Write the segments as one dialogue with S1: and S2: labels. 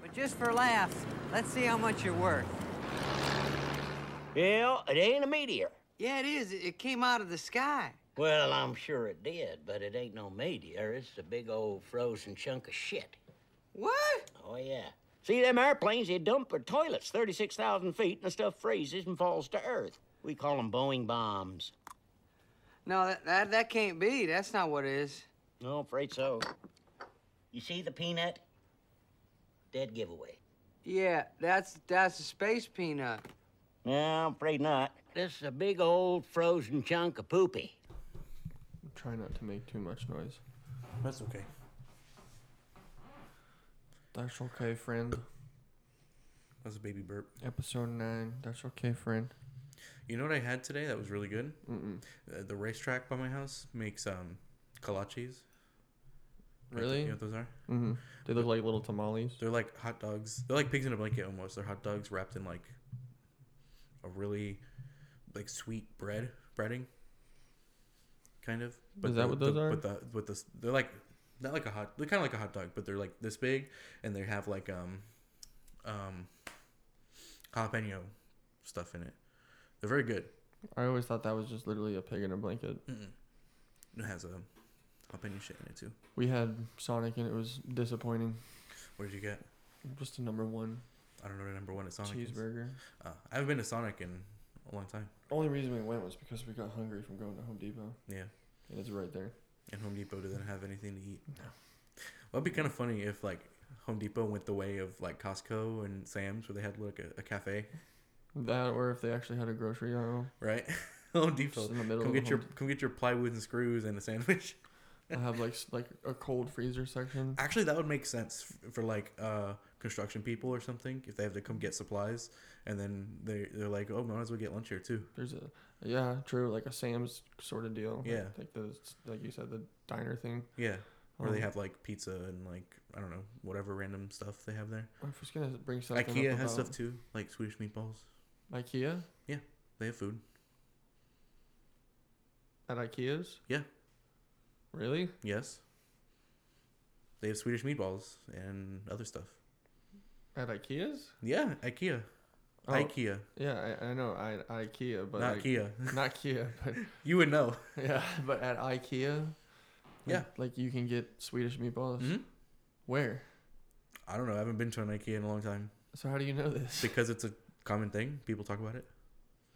S1: But just for laughs, let's see how much you're worth.
S2: Well, it ain't a meteor.
S1: Yeah, it is. It came out of the sky.
S2: Well, I'm sure it did, but it ain't no meteor. It's a big old frozen chunk of shit.
S1: What?
S2: Oh, yeah. See, them airplanes, they dump their toilets 36,000 feet and the stuff freezes and falls to Earth. We call them Boeing bombs.
S1: No, that, that, that can't be. That's not what it is.
S2: No, I'm afraid so. You see the peanut? Dead giveaway.
S1: Yeah, that's that's a space peanut.
S2: No, I'm afraid not. This is a big old frozen chunk of poopy.
S3: Try not to make too much noise.
S4: That's okay.
S3: That's okay, friend.
S4: That's a baby burp.
S3: Episode 9. That's okay, friend.
S4: You know what I had today that was really good? Mm-mm. Uh, the racetrack by my house makes um, kolaches. You
S3: Really?
S4: know what those are?
S3: Mm-hmm. They look like little tamales.
S4: They're like hot dogs. They're like pigs in a blanket almost. They're hot dogs wrapped in like a really like sweet bread breading, kind of.
S3: Is that
S4: the-
S3: what
S4: the-
S3: those are?
S4: But the but the they're like not like a hot. They're kind of like a hot dog, but they're like this big, and they have like um um jalapeno stuff in it. They're very good.
S3: I always thought that was just literally a pig in a blanket.
S4: Mm. It has um jalapeno shit in it too.
S3: We had Sonic and it was disappointing.
S4: What did you get?
S3: Just a number one
S4: I don't know the number one at Sonic. is.
S3: cheeseburger.
S4: Uh, I haven't been to Sonic in a long time.
S3: Only reason we went was because we got hungry from going to Home Depot.
S4: Yeah.
S3: And it's right there.
S4: And Home Depot doesn't have anything to eat. No. Well, it'd be kind of funny if like Home Depot went the way of like Costco and Sam's, where they had like a, a cafe,
S3: That or if they actually had a grocery aisle.
S4: right? Home Depot.
S3: Just in the middle
S4: come
S3: of
S4: get your
S3: Home
S4: come get your plywood and screws and a sandwich.
S3: I have like s- like a cold freezer section.
S4: Actually, that would make sense f- for like uh, construction people or something if they have to come get supplies, and then they they're like, oh, might as well get lunch here too.
S3: There's a yeah, true, like a Sam's sort of deal.
S4: Yeah.
S3: Like the like you said, the diner thing.
S4: Yeah. Or they
S3: Um,
S4: have like pizza and like I don't know whatever random stuff they have there.
S3: I was gonna bring something. up
S4: IKEA has
S3: about-
S4: stuff too, like Swedish meatballs.
S3: IKEA
S4: They have food.
S3: at IKEA's.
S4: Yeah.
S3: Really?
S4: Yes. They have Swedish meatballs and other stuff.
S3: At IKEA's?
S4: Yeah, IKEA.
S3: Oh.
S4: IKEA,
S3: Yeah, I, I know. I IKEA, but
S4: not
S3: like-
S4: Kia.
S3: Not Kia, but
S4: You would know.
S3: yeah, but at IKEA.
S4: Yeah.
S3: Like, like you can get Swedish meatballs.
S4: Mhm.
S3: Where?
S4: I don't know. I haven't been to an IKEA in a long time
S3: So how do you know this?
S4: because it's a common thing. People talk about it.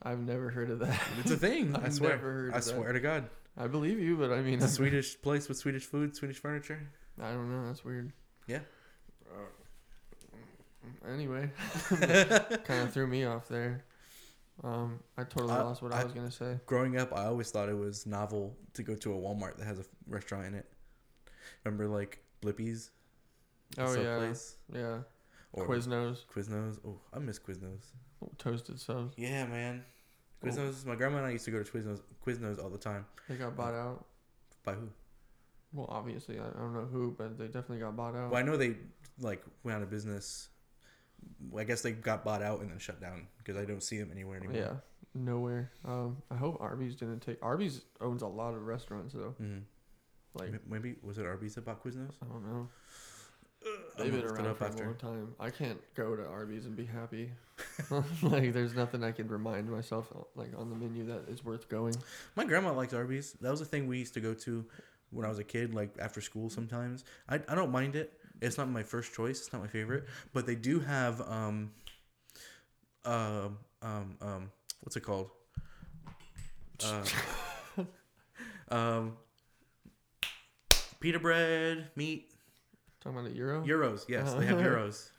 S3: I've never heard of that.
S4: It's a thing. I
S3: I've
S4: swear.
S3: never heard
S4: I
S3: of that.
S4: swear to God,
S3: I believe you, but I mean,
S4: it's a
S3: I
S4: Swedish place with Swedish food, Swedish furniture.
S3: don't know. That's weird.
S4: Yeah.
S3: Anyway, kind of threw me off there. Um, I totally
S4: I-
S3: lost what I,
S4: Uh, I-
S3: was gonna say.
S4: Growing up, I always thought it was novel to go to a Walmart that has a f- restaurant in it. Remember, like Blippi's.
S3: Oh
S4: sub
S3: yeah,
S4: place?
S3: yeah.
S4: Or
S3: Quiznos,
S4: Quiznos. Oh, I miss Quiznos.
S3: toasted subs.
S4: Yeah, man.
S3: Cool.
S4: Quiznos. My grandma and I used to go to Quiznos, Quiznos all the time.
S3: They got bought out.
S4: By who?
S3: Well, obviously, I I don't know who, but they definitely got bought out.
S4: Well, I know they like went out of business. Well, I guess they got bought out and then shut down because I don't see them anywhere anymore.
S3: Yeah, nowhere. Um, I hope Arby's didn't take. Arby's owns a lot of restaurants though.
S4: Mhm.
S3: Like
S4: M- Maybe was it Arby's that bought Quiznos?
S3: I don't know,
S4: I'm
S3: they've been
S4: gonna look it
S3: around
S4: up
S3: for a long time. I can't go to Arby's and be happy. like there's nothing I can remind myself like on the menu that is worth going.
S4: My grandma likes Arby's. That was a thing we used to go to when I was a kid, like after school sometimes. I, I don't mind it. It's not my first choice. It's not my favorite. But they do have um, uh, um, um, what's it called? Uh, um, pita bread, meat,
S3: Talking about a euro
S4: euros. Yes, they have
S3: Uh-huh.
S4: euros.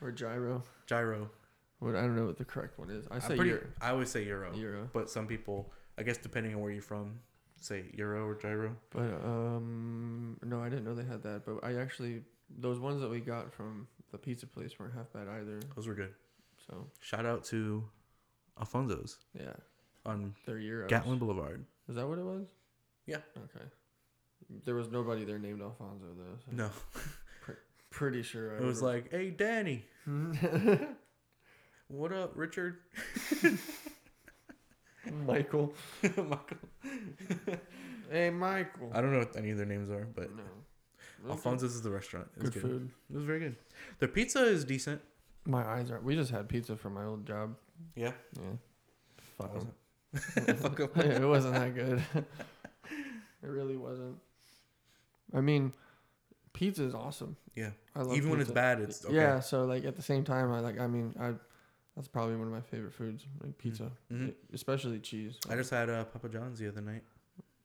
S3: or gyro.
S4: Gyro.
S3: What I don't know what the correct one is. I
S4: I
S3: say
S4: pretty.
S3: euro.
S4: I always say euro.
S3: Euro.
S4: But some people, I guess, depending on where you're from, say euro or gyro.
S3: But um, no, I didn't know they had that. But I actually those ones that we got from the pizza place weren't half bad either.
S4: Those were good.
S3: So
S4: Shout out to Alfonso's
S3: yeah,
S4: on
S3: they're euros.
S4: Gatlin Boulevard.
S3: Is that what it was?
S4: Yeah.
S3: Okay. There was nobody there named Alfonso though. So
S4: No,
S3: Pretty sure I
S4: it was
S3: would've-
S4: like, hey, Danny. What up, Richard?
S3: Michael.
S4: Michael.
S3: Hey Michael.
S4: I don't know what any of their names are, but
S3: no.
S4: Alfonso's is the restaurant. It was
S3: Good
S4: good,
S3: food.
S4: It was very good. Their pizza is decent.
S3: My eyes are. We just had pizza from my old job.
S4: Yeah.
S3: Yeah. Fuck 'em.
S4: Fuck up.
S3: it wasn't that good. it really wasn't. I mean, pizza is awesome.
S4: Yeah.
S3: I love
S4: Even when it's
S3: pizza.
S4: bad, it's okay.
S3: Yeah, so like at the same time, I like. I mean, I that's probably one of my favorite foods, like pizza,
S4: Mhm.
S3: E- especially cheese.
S4: I just had uh, Papa John's the other night.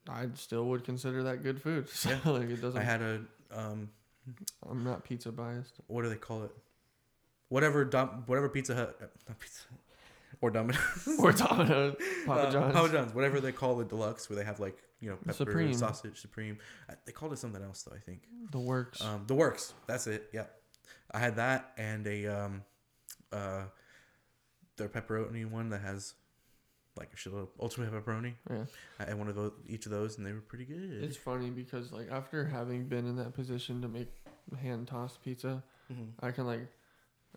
S3: I still would consider that good food. So
S4: Yeah.
S3: like it doesn't.
S4: I had a um,
S3: I'm not pizza biased.
S4: what do they call it? Whatever dom- whatever Pizza Hut, uh, not Pizza, Hut, or Domino's,
S3: or Domino's, Papa
S4: Uh,
S3: John's.
S4: Papa John's, whatever they call the deluxe, where they have like you know pepper
S3: Supreme.
S4: sausage supreme. I, they called it something else though. I think
S3: The works.
S4: um, the works. That's it. Yeah, I had that and a um, uh, their pepperoni one that has like a shitload of ultimate pepperoni.
S3: yeah.
S4: I had one of those, each of those, and they were pretty good.
S3: It's funny because like after having been in that position to make hand tossed pizza,
S4: Mhm.
S3: I can like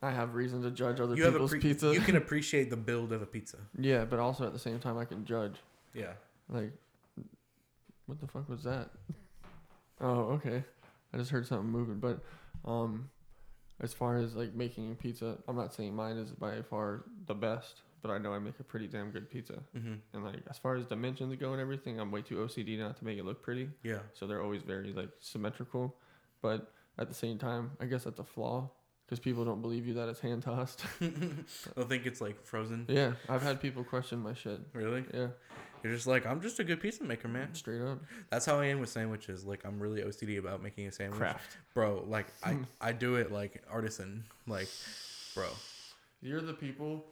S3: I have reason to judge other
S4: you have a
S3: people's
S4: pre-
S3: pizza.
S4: You can appreciate the build of a pizza.
S3: yeah, but also at the same time I can judge.
S4: Yeah.
S3: Like what the fuck was that? Oh, okay. I just heard something moving, but um as far as like making a pizza, I'm not saying mine is by far the best, but I know I make a pretty damn good pizza.
S4: Mm-hmm.
S3: And like as far as dimensions go and everything, I'm way too OCD not to make it look pretty.
S4: Yeah.
S3: so they're always very like symmetrical but at the same time i guess that's a flaw because people don't believe you that it's hand tossed
S4: I think it's like frozen.
S3: yeah i've had people question my shit
S4: Really?
S3: yeah
S4: You're just like, I'm just a good pizza maker, man.
S3: straight up
S4: That's how I am with sandwiches. Like, I'm really OCD about making a sandwich.
S3: Craft. Hmm.
S4: Bro, like, I, I do it like artisan. Like, bro,
S3: you're the people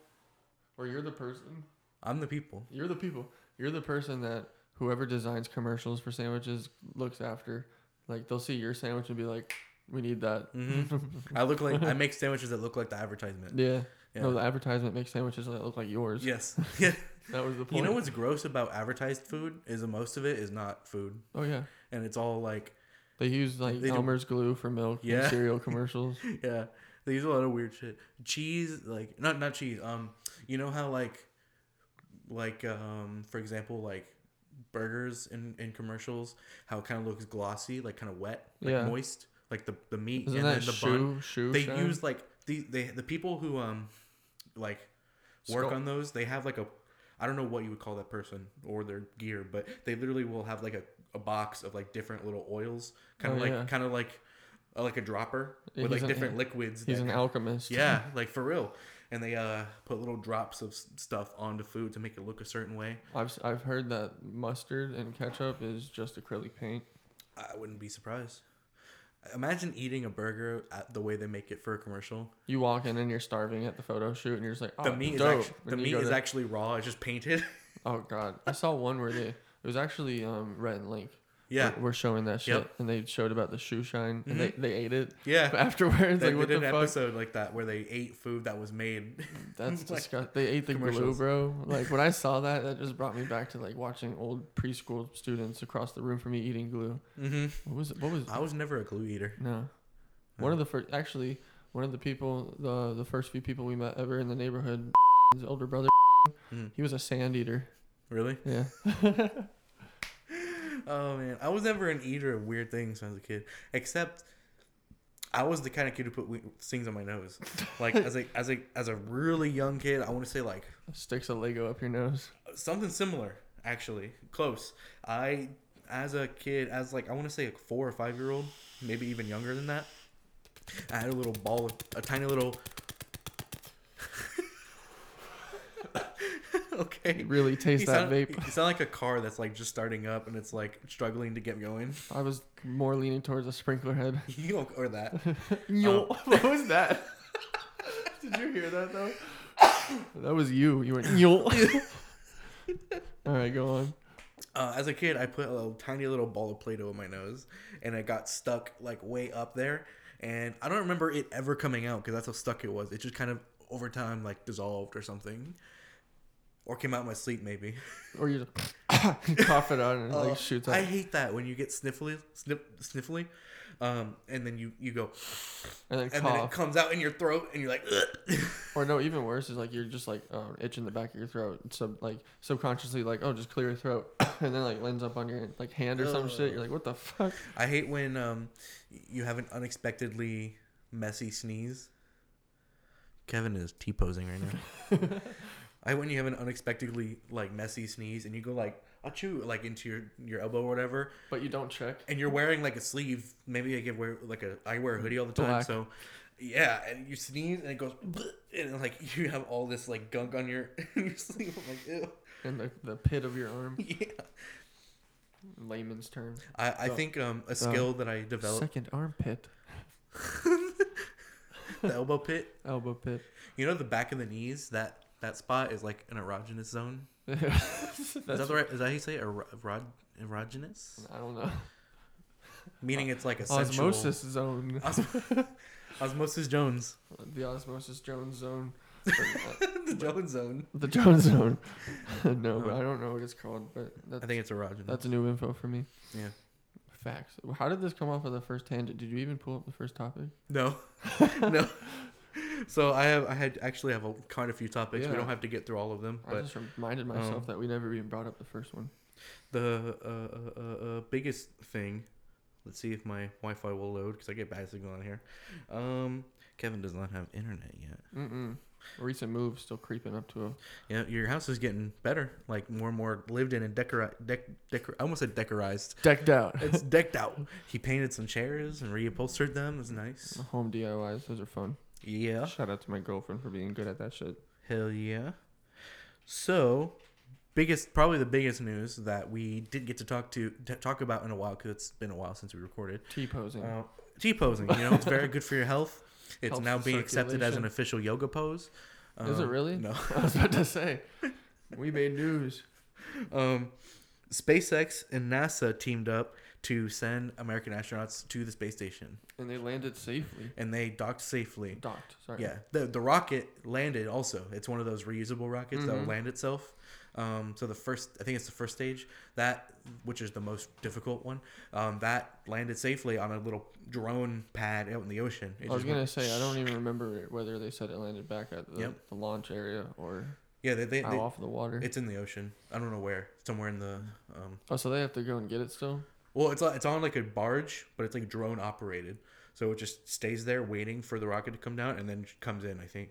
S3: or you're the person
S4: I'm the people.
S3: you're the people you're the person that whoever designs commercials for sandwiches looks after like they'll see your sandwich and be like we need that
S4: Mm-hmm. I look like, I make sandwiches that look like the advertisement.
S3: yeah. no
S4: Yeah.
S3: the advertisement makes sandwiches that look like yours
S4: Yes. Yeah.
S3: that was the point
S4: you know what's gross about advertised food is the most of it is not food.
S3: oh yeah
S4: And it's all like,
S3: they use like
S4: They do-
S3: Elmer's glue for milk
S4: Yeah.
S3: and cereal commercials.
S4: yeah, they use a lot of weird shit. Cheese, like, not, not cheese. Um, you know how like, like, um, for example, like burgers in, in commercials, how it kind of looks glossy, like kind of wet, like
S3: Yeah.
S4: moist, like the, the meat
S3: Isn't
S4: and
S3: that
S4: then the
S3: shoe
S4: bun.
S3: shoe?
S4: they
S3: shine?
S4: use like the they the people who um like work
S3: Sculpt.
S4: on those they have like a I don't know what you would call that person or their gear, but they literally will have like a, a box of like different little oils, kind
S3: Oh,
S4: of like
S3: yeah.
S4: kind of like uh, like a dropper
S3: Yeah,
S4: with
S3: he's
S4: like
S3: an-
S4: different liquids.
S3: He's
S4: that-
S3: an alchemist.
S4: yeah, like for real. And they uh put little drops of s- stuff onto food to make it look a certain way.
S3: I've s- I've heard that mustard and ketchup is just acrylic paint.
S4: I wouldn't be surprised. Imagine eating a burger at the way they make it for a commercial.
S3: You walk in and you're starving at the photo shoot, and you're just like, oh,
S4: The meat
S3: dope.
S4: is actually, the
S3: And you
S4: meat
S3: go
S4: is
S3: to-
S4: actually raw. It's just painted.
S3: Oh god, I saw one where they it was actually um Rhett and Link.
S4: yeah.
S3: were- were showing that shit,
S4: Yep. Mm-hmm.
S3: and they showed about the shoe shine, and they, they ate it.
S4: Yeah.
S3: But afterwards,
S4: They,
S3: like
S4: they
S3: what the
S4: did
S3: fuck?
S4: an episode like that where they ate food that was made.
S3: That's
S4: Like,
S3: disgusting. They ate the glue,
S4: commercials.
S3: bro. Like when I saw that, that just brought me back to like watching old preschool students across the room from me eating glue.
S4: hmm
S3: What was it? What was
S4: I was never a glue eater.
S3: No. One of the first, actually, one of the people, the the first few people we met ever in the neighborhood, his older brother,
S4: Mm.
S3: he was a sand eater.
S4: Really?
S3: Yeah.
S4: Oh man, I was never an eater of weird things when I was a kid. Except, I was the kind of kid who put we- things on my nose. Like as a as a as a really young kid, I want to say like
S3: Sticks a Lego up your nose.
S4: something similar actually close i as a kid as like i want to say a four or five year old maybe even younger than that i had a little ball of a tiny little okay
S3: You really taste
S4: You
S3: that
S4: sound-
S3: vape.
S4: you sound like a car that's like just starting up and it's like struggling to get going
S3: I was more leaning towards a sprinkler head.
S4: You know, or that
S3: Yo, what was that? Oh. Did you hear that though? that was you. You went yo. All right, go on.
S4: uh, as a kid, I put a little, tiny little ball of Play-Doh in my nose, and it got stuck like way up there. And I don't remember it ever coming out because that's how stuck it was. It just kind of over time like dissolved or something, or came out in my sleep maybe.
S3: Or you just cough it out and it
S4: Uh,
S3: Oh, like shoots out.
S4: I hate that when you get sniffly, sniff, sniffly. Um, and then you you go,
S3: and then
S4: and
S3: cough.
S4: then it comes out in your throat, and you're like,
S3: or no, even worse is like you're just like um, itching the back of your throat, sub like subconsciously like oh just clear your throat, and then like lends up on your like hand or some shit. You're like what the fuck?
S4: I hate when um you have an unexpectedly messy sneeze. Kevin is t posing right now. I hate when you have an unexpectedly like messy sneeze and you go like achoo like into your your elbow or whatever,
S3: But you don't check.
S4: and you're wearing like a sleeve. Maybe I give wear like a I wear a hoodie all the time,
S3: Black.
S4: so yeah, and you sneeze and it goes and like you have all this like gunk on your in your sleeve. I'm like ew.
S3: in the, the pit of your arm.
S4: Yeah.
S3: Layman's term.
S4: I, I think um, a skill that I developed
S3: Second armpit,
S4: the elbow pit
S3: elbow pit.
S4: You know the back of the knees that that spot is like an erogenous zone. Is that the right? Is that how you say it? Ero- erog, erogenous?
S3: I don't know.
S4: Meaning it's like a sensual-
S3: Osmosis zone.
S4: Os- osmosis Jones.
S3: The osmosis Jones zone.
S4: the Jones zone.
S3: The Jones zone. no, but I don't know what it's called. But
S4: I
S3: that's,
S4: think it's erogenous.
S3: that's new info for me.
S4: yeah.
S3: Facts. How did this come off of the first tangent? Did you even pull up the first topic?
S4: No. no. So I have I had actually have a quite a few topics. We
S3: Yeah.
S4: don't have to get through all of them,
S3: I
S4: but
S3: just reminded myself that we never even brought up the first one.
S4: the uh, uh, uh, uh, biggest thing. Let's see if my Wi-Fi will load because I get bad signal on here. Um, Kevin does not have internet yet.
S3: Mm-mm. Recent move still creeping up to a.
S4: Yeah, your house is getting better, like more and more lived in and decorized. Dec- decor- I almost said decorized.
S3: Decked out.
S4: It's decked out. He painted some chairs and reupholstered them. It's nice.
S3: Home DIYs. Those are fun.
S4: Yeah,
S3: Shout out to my girlfriend for being good at that shit.
S4: hell yeah. So, biggest, probably the biggest news that we did get to talk to, to talk about in a while because it's been a while since we recorded.
S3: T posing.
S4: Uh, T posing, you know, it's very good for your health. It's
S3: Helps
S4: now
S3: with
S4: being accepted as an
S3: circulation.
S4: official yoga pose.
S3: Is it
S4: Um,
S3: really?
S4: No.
S3: I was about to say. We made news.
S4: Um, SpaceX and NASA teamed up to send American astronauts to the space station,
S3: And they landed safely.
S4: and they docked safely.
S3: Docked, sorry.
S4: Yeah, the the rocket landed. Also, it's one of those reusable rockets
S3: Mm-hmm.
S4: that will land itself. Um, so the first, I think it's the first stage that, which is the most difficult one, um, that landed safely on a little drone pad out in the ocean. It
S3: I was
S4: just
S3: going to
S4: went-
S3: say, I don't even remember whether they said it landed back at the,
S4: Yep.
S3: the launch area or
S4: yeah, they, they,
S3: out
S4: they-
S3: off the water.
S4: it's in the ocean. I don't know where, somewhere in the, um,
S3: oh, so they have to go and get it still?
S4: Well, it's it's on like a barge, but it's like drone operated, so it just stays there waiting for the rocket to come down and then comes in. I think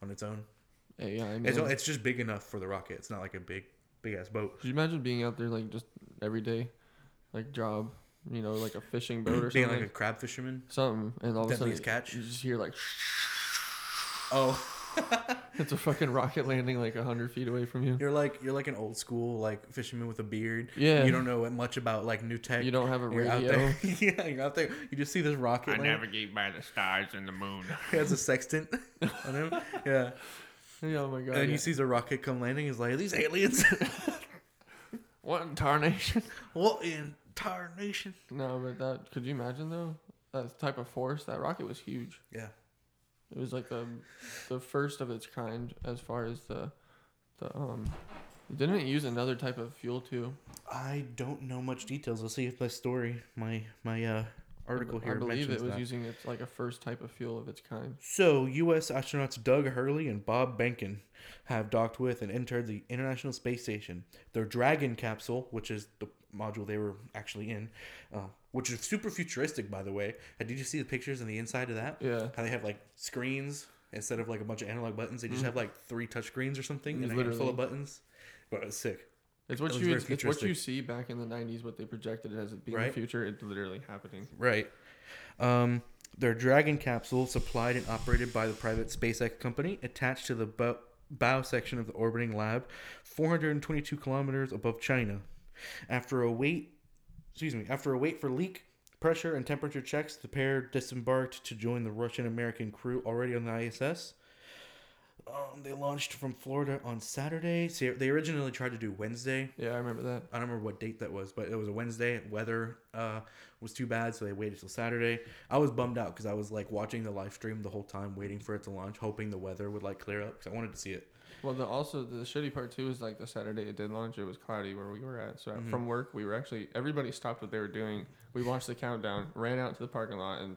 S4: on its own.
S3: Hey, yeah, I mean,
S4: It's
S3: Could
S4: it's just big enough for the rocket. It's not like a big big ass boat.
S3: you imagine being out there like just every day, like job, you know, like a fishing boat or
S4: Being
S3: something?
S4: like a crab fisherman.
S3: something. And all of a sudden,
S4: Deadliest catch.
S3: you just hear like,
S4: Oh,
S3: it's a fucking rocket landing like 100 feet away from you.
S4: you're like you're like an old school like fisherman with a beard.
S3: Yeah.
S4: You don't know much about like new tech.
S3: You don't have a
S4: You're out
S3: radio.
S4: there. yeah, you're out there. You just see this rocket.
S5: I
S4: land.
S5: navigate by the stars and the moon.
S4: He has a sextant on him. Yeah.
S3: Yeah, oh my God.
S4: And then
S3: yeah.
S4: you see the rocket come landing. He's like, "Are these aliens?
S3: what in tarnation?
S4: what in entire nation?
S3: No, but that could you imagine though? That type of force, that rocket was huge.
S4: Yeah.
S3: It was like the the first of its kind as far as the the um didn't it use another type of fuel too?
S4: I don't know much details. Let's see if my story, my my uh, article here
S3: I believe
S4: mentions
S3: it was
S4: that.
S3: using its like a first type of fuel of its kind.
S4: so, U.S. astronauts Doug Hurley and Bob Behnken have docked with and entered the International Space Station. Their Dragon capsule, which is the module they were actually in, uh, which is super futuristic, by the way. Uh, Did you see the pictures on the inside of that?
S3: Yeah.
S4: How they have like screens instead of like a bunch of analog buttons. They just have like three touch screens or something and a handful
S3: Mm-hmm. Literally.
S4: of buttons. But it's sick.
S3: It's what
S4: was
S3: you
S4: very
S3: it's, it's what you
S4: futuristic.
S3: see back in the nineties, what they projected as it being
S4: Right.
S3: the future, it's literally happening.
S4: Right. Um, their Dragon capsule, supplied and operated by the private SpaceX company, attached to the bow, bow section of the orbiting lab, 422 kilometers above China. After a wait, excuse me, after a wait for leak, pressure, and temperature checks, the pair disembarked to join the Russian American crew already on the ISS. Um, they launched from Florida on Saturday. See, they originally tried to do Wednesday.
S3: Yeah, I remember that.
S4: I don't remember what date that was, but it was a Wednesday. Weather uh, was too bad, so they waited till Saturday. I was bummed out because I was like watching the live stream the whole time, waiting for it to launch, hoping the weather would like clear up because I wanted to see it.
S3: Well, the, also the shitty part too is like the Saturday it did launch, it was cloudy where we were at. So
S4: Mm-hmm.
S3: from work, we were actually everybody stopped what they were doing. We watched the countdown, ran out to the parking lot, and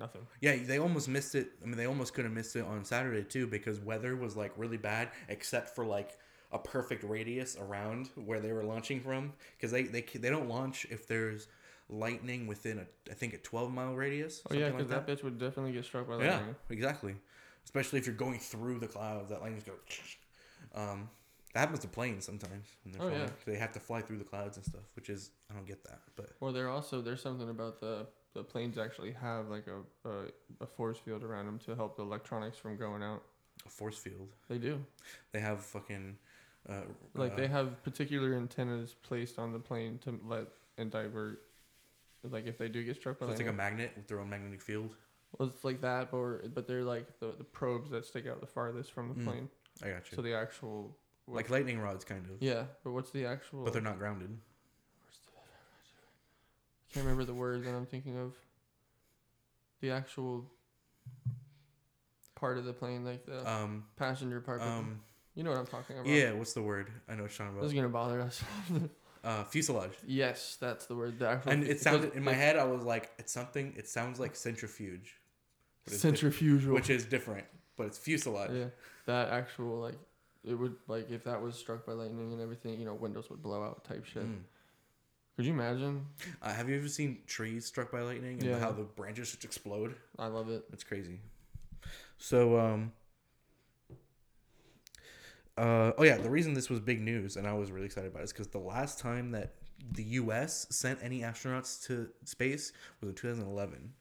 S3: Oh, nothing.
S4: Yeah, they almost missed it. I mean, they almost could have missed it on Saturday too because weather was like really bad, except for like a perfect radius around where they were launching from. Because they, they they don't launch if there's lightning within a I think a twelve mile radius.
S3: Oh yeah,
S4: something
S3: because
S4: like
S3: that. bitch would definitely get struck by
S4: Yeah,
S3: lightning.
S4: exactly. Especially if you're going through the clouds, that lightning just go. Um, that happens to planes sometimes when they're
S3: Oh,
S4: flying.
S3: yeah.
S4: 'cause They have to fly through the clouds and stuff, which is I don't get that. But
S3: Well, there also there's something about the the planes actually have like a, a a force field around them to help the electronics from going out.
S4: a force field,
S3: They do.
S4: they have fucking. Uh,
S3: Like
S4: uh,
S3: they have particular antennas placed on the plane to let and divert. Like if they do get struck by
S4: so it's like a
S3: lightning,
S4: magnet with their own magnetic field.
S3: well, it's like that, but we're, but they're like the, the probes that stick out the farthest from the
S4: Mm.
S3: plane.
S4: I got you.
S3: So the actual what-
S4: like lightning rods, kind of.
S3: yeah, but what's the actual?
S4: But they're not grounded.
S3: can't remember the word that I'm thinking of. The actual part of the plane, like the
S4: Um,
S3: passenger part. but
S4: um,
S3: you know what I'm talking about.
S4: yeah. What's the word? I know what you're
S3: This is
S4: talking
S3: gonna bother us.
S4: about. Uh, fuselage.
S3: yes, that's the word. The actual
S4: And it
S3: because
S4: sounded in my
S3: Oh, it-
S4: head. I was like, it's something. It sounds like centrifuge, but it's different-
S3: centrifugal.
S4: which is different, but it's fuselage.
S3: yeah, that actual like it would like if that was struck by lightning and everything, you know, windows would blow out type shit.
S4: Mm.
S3: Could you imagine?
S4: Uh, have you ever seen trees struck by lightning and
S3: Yeah.
S4: how the branches just explode?
S3: I love it.
S4: It's crazy. So, um, uh, oh yeah, the reason this was big news and I was really excited about it is because the last time that the U.S. sent any astronauts to space was in 2011.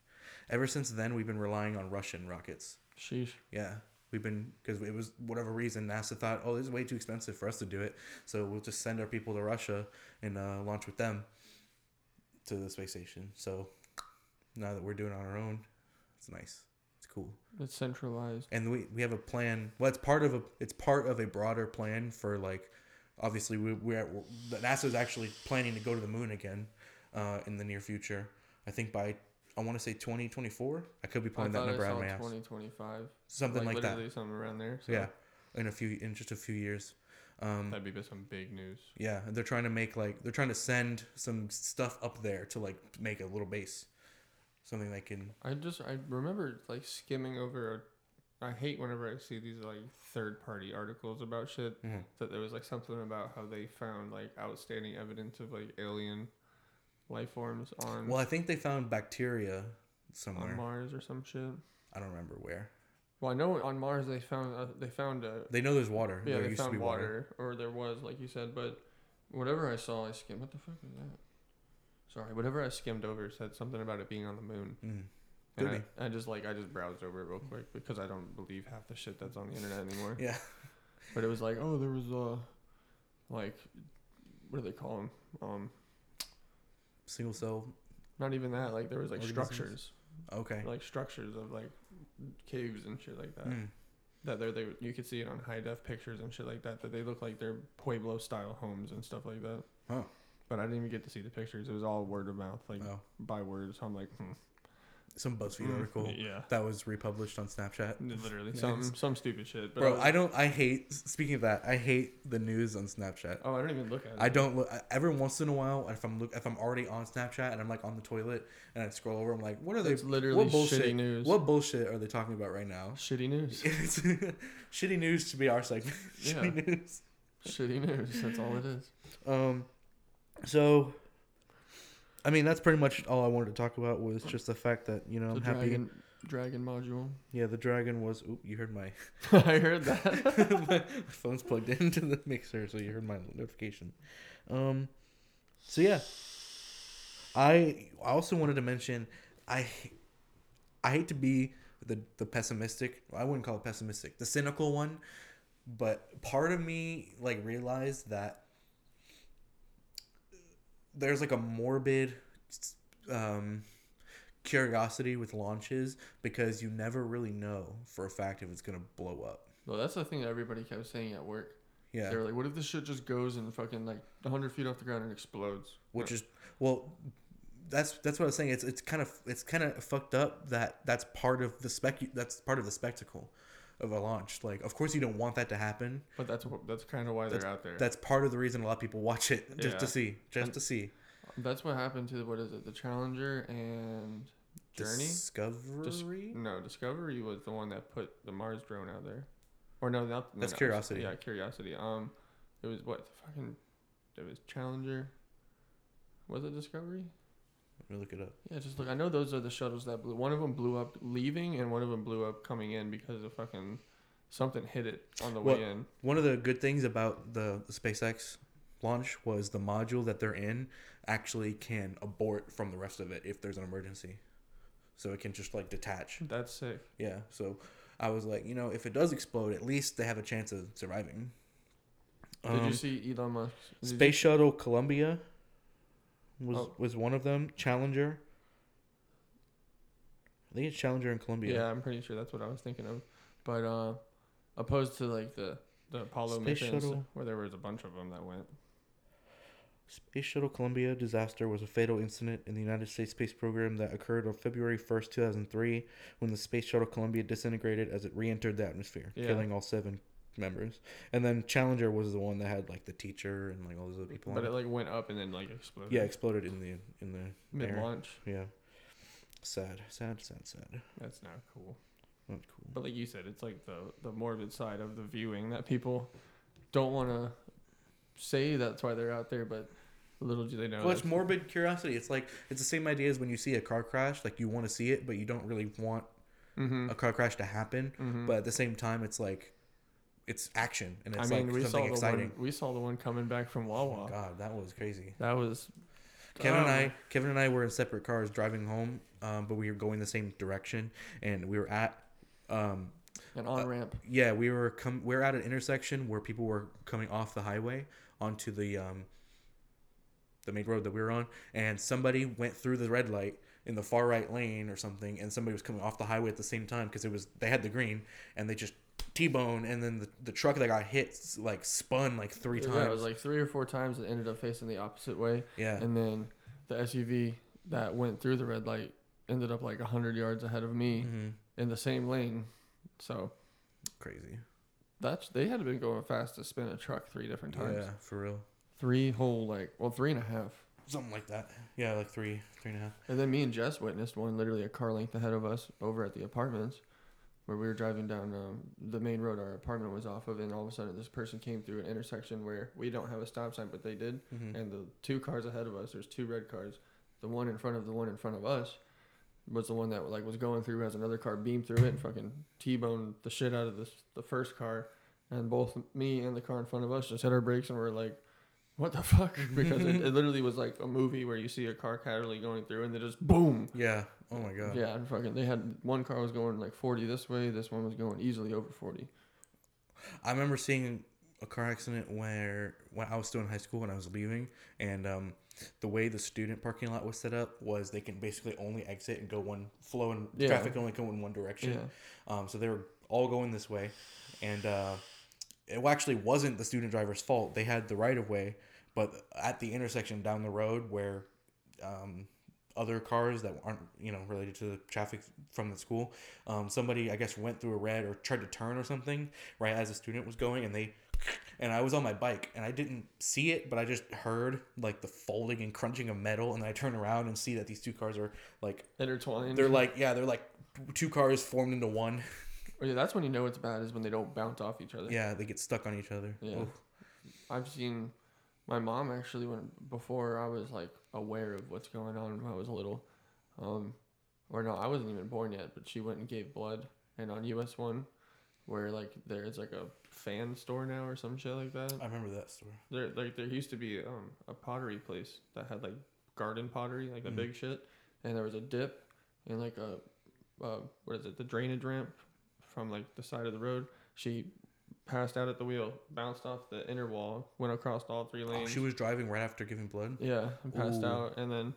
S4: Ever since then, we've been relying on Russian rockets.
S3: Sheesh.
S4: Yeah. We've been, because it was whatever reason, NASA thought, oh, this is way too expensive for us to do it. So we'll just send our people to Russia and uh, launch with them to the space station. So now that we're doing it on our own, it's nice. It's cool.
S3: It's centralized.
S4: And we, we have a plan. Well, it's part of a, it's part of a broader plan for like, obviously we, we're at, the NASA's actually planning to go to the moon again uh, in the near future. I think by, I want to say 2024. I could be
S3: I
S4: pulling that
S3: thought I
S4: number out
S3: saw
S4: of my ass.
S3: 2025.
S4: Something like, that.
S3: literally something around there. So
S4: Yeah, in a few in just a few years. Um,
S3: That'd be some big news.
S4: yeah, they're trying to make like they're trying to send some stuff up there to like make a little base, something they can.
S3: I just I remember like skimming over. A, I hate whenever I see these like third party articles about shit.
S4: Mhm.
S3: That there was like something about how they found like outstanding evidence of like alien life forms on
S4: Well, I think they found bacteria
S3: on
S4: somewhere.
S3: Mars or some shit.
S4: I don't remember where.
S3: Well, I know on Mars they found uh, they found a
S4: They know there's water.
S3: yeah they found water, or there was like you said, but whatever I saw I skimmed. What the fuck was that? Sorry, whatever I skimmed over said something about it being on the moon.
S4: Mm.
S3: And
S4: Could
S3: I, I just like I just browsed over it real quick because I don't believe half the shit that's on the internet anymore.
S4: Yeah,
S3: But it was like, oh, there was uh, like, what do they call them? Um,
S4: single cell.
S3: not even that. Like there was like
S4: Organisms?
S3: structures,
S4: Okay.
S3: like structures of like caves and shit like that.
S4: Mm.
S3: That they're, they you could see it on high def pictures and shit like that. That they look like they're pueblo style homes and stuff like that.
S4: Huh.
S3: But I didn't even get to see the pictures. It was all word of mouth, like
S4: Oh,
S3: by word. So I'm like, hmm.
S4: some BuzzFeed
S3: Mm,
S4: article
S3: yeah, Mm,
S4: that was republished on Snapchat.
S3: literally
S4: Nice.
S3: some some stupid shit. But I
S4: Bro,
S3: was-
S4: I don't. I hate. Speaking of that, I hate the news on Snapchat.
S3: oh, I don't even look at it.
S4: I don't look I- every once in a while. If I'm look, if I'm already on Snapchat and I'm like on the toilet and I scroll over, I'm like, what are they?
S3: That's literally
S4: what bullshit?
S3: shitty news.
S4: What bullshit are they talking about right now?
S3: Shitty news.
S4: It's shitty news to be our segment. shitty news.
S3: Shitty news. That's all it is.
S4: Um, so, I mean, that's pretty much all I wanted to talk about was just the fact that you know
S3: the
S4: I'm happy.
S3: dragon, dragon module.
S4: Yeah, the dragon was. Oop, you heard my
S3: I heard that.
S4: my phone's plugged into the mixer, so you heard my notification. Um, so yeah, I I also wanted to mention I I hate to be the the pessimistic. I wouldn't call it pessimistic, the cynical one, but part of me like realized that there's like a morbid um curiosity with launches because you never really know for a fact if it's going to blow up
S3: No, that's the thing that everybody kept saying at work.
S4: Yeah.
S3: They were like, "What if this shit just goes and fucking like 100 feet off the ground and explodes?"
S4: which is well that's that's what I was saying. It's it's kind of it's kind of fucked up that that's part of the spec that's part of the spectacle of a launch. Like, of course you don't want that to happen.
S3: But that's wh- that's kind of why
S4: That's,
S3: they're out there.
S4: that's part of the reason a lot of people watch it just to
S3: Yeah.
S4: see, just
S3: And
S4: to see.
S3: That's what happened to what is it? The Challenger and Journey.
S4: discovery.
S3: Dis- no, Discovery was the one that put the Mars drone out there. Or no, not no,
S4: That's
S3: no, it was-
S4: Curiosity.
S3: yeah, Curiosity. Um, it was what the fucking. It was Challenger. Was it Discovery?
S4: Let
S3: Mm.
S4: me look it up.
S3: Yeah, just look. I know those are the shuttles that blew. One of them blew up leaving, and one of them blew up coming in because of fucking something hit it on the
S4: Well,
S3: way in.
S4: One of the good things about the, the SpaceX launch was the module that they're in actually can abort from the rest of it if there's an emergency. So it can just like detach.
S3: That's sick.
S4: Yeah. So I was like, you know, if it does explode, at least they have a chance of surviving.
S3: Did
S4: Um,
S3: you see Elon Musk? did you-
S4: Space Shuttle Columbia was
S3: Oh.
S4: was one of them. Challenger. I think it's Challenger and Columbia.
S3: Yeah, I'm pretty sure that's what I was thinking of. But uh, opposed to like the the Apollo
S4: Space
S3: missions
S4: shuttle.
S3: where there was a bunch of them that went.
S4: Space Shuttle Columbia disaster was a fatal incident in the United States space program that occurred on February 1st, 2003, when the Space Shuttle Columbia disintegrated as it re entered the atmosphere,
S3: Yeah.
S4: killing all seven members. And then Challenger was the one that had like the teacher and like all those other people.
S3: But
S4: on
S3: it
S4: it.
S3: like went up and then like exploded.
S4: yeah, exploded in the in the
S3: mid
S4: air.
S3: launch.
S4: Yeah. Sad, sad, sad, sad.
S3: That's not cool.
S4: Not cool.
S3: But like you said, it's like the the morbid side of the viewing that people don't want to say that's why they're out there, but little do they know.
S4: Well, it's
S3: that's-
S4: morbid curiosity. It's like it's the same idea as when you see a car crash. Like you want to see it, but you don't really want
S3: Mhm.
S4: a car crash to happen.
S3: Mm-hmm.
S4: But at the same time, it's like it's action and
S3: I
S4: it's
S3: mean,
S4: like
S3: we saw
S4: something
S3: the
S4: exciting. Oh
S3: one we saw the one coming back from Wawa.
S4: God, that was crazy.
S3: That was
S4: Kevin and
S3: Um,
S4: I, Kevin and I were in separate cars driving home, um, but we were going the same direction, and we were at. Um,
S3: an on ramp.
S4: yeah, we were com- we are at an intersection where people were coming off the highway onto the um the main road that we were on, and somebody went through the red light in the far right lane or something, and somebody was coming off the highway at the same time because it was they had the green, and they just t-bone, and then the, the truck that got hit s- like spun like three times.
S3: Yeah, it was like three or four times. It ended up facing the opposite way.
S4: Yeah.
S3: And then the SUV that went through the red light ended up like hundred yards ahead of me
S4: Mm-hmm.
S3: in the same lane. So
S4: crazy.
S3: that's they had been going fast to spin a truck three different times.
S4: Yeah, for real.
S3: Three whole like well three and a half.
S4: Something like that. Yeah, like three, three and a half.
S3: And then me and Jess witnessed one literally a car length ahead of us over at the apartments where we were driving down um, the main road our apartment was off of. And all of a sudden, this person came through an intersection where we don't have a stop sign, but they did. And the two cars ahead of us, there's two red cars. The one in front of the one in front of us was the one that like was going through as another car beamed through it and fucking T-boned the shit out of this the first car. And both me and the car in front of us just hit our brakes and were like, what the fuck? Because it, it literally was like a movie where you see a car casually going through and they just boom.
S4: Yeah. Oh my god.
S3: Yeah, and fucking they had one car was going like 40 this way, this one was going easily over 40.
S4: I remember seeing a car accident where when I was still in high school when I was leaving, and um, the way the student parking lot was set up was they can basically only exit and go one flow and
S3: Yeah.
S4: traffic can only go in one direction. Um, so they were all going this way, and uh, it actually wasn't the student driver's fault. They had the right of way, but at the intersection down the road where um, other cars that aren't you know related to the traffic from the school. Um, somebody I guess went through a red or tried to turn or something right as a student was going, and they and I was on my bike and I didn't see it, but I just heard like the folding and crunching of metal, and I turn around and see that these two cars are like
S3: Intertwined.
S4: they're like yeah they're like two cars formed into one.
S3: Oh, yeah, that's when you know it's bad is when they don't bounce off each other.
S4: Yeah, they get stuck on each other. Oh,
S3: Yeah.
S4: Oof.
S3: I've seen my mom actually when before I was like aware of what's going on when I was little. Um or no, I wasn't even born yet, but she went and gave blood and on US 1 where like there's like a fan store now or some shit like that.
S4: I remember that story.
S3: There, like, there used to be um, a pottery place that had like garden pottery, like the
S4: Mm.
S3: big shit, and there was a dip and like a uh, what is it, the drainage ramp from like the side of the road. She passed out at the wheel, bounced off the inner wall, went across all three
S4: Oh,
S3: lanes.
S4: she was driving right after giving blood.
S3: yeah, and passed
S4: Ooh.
S3: out, and then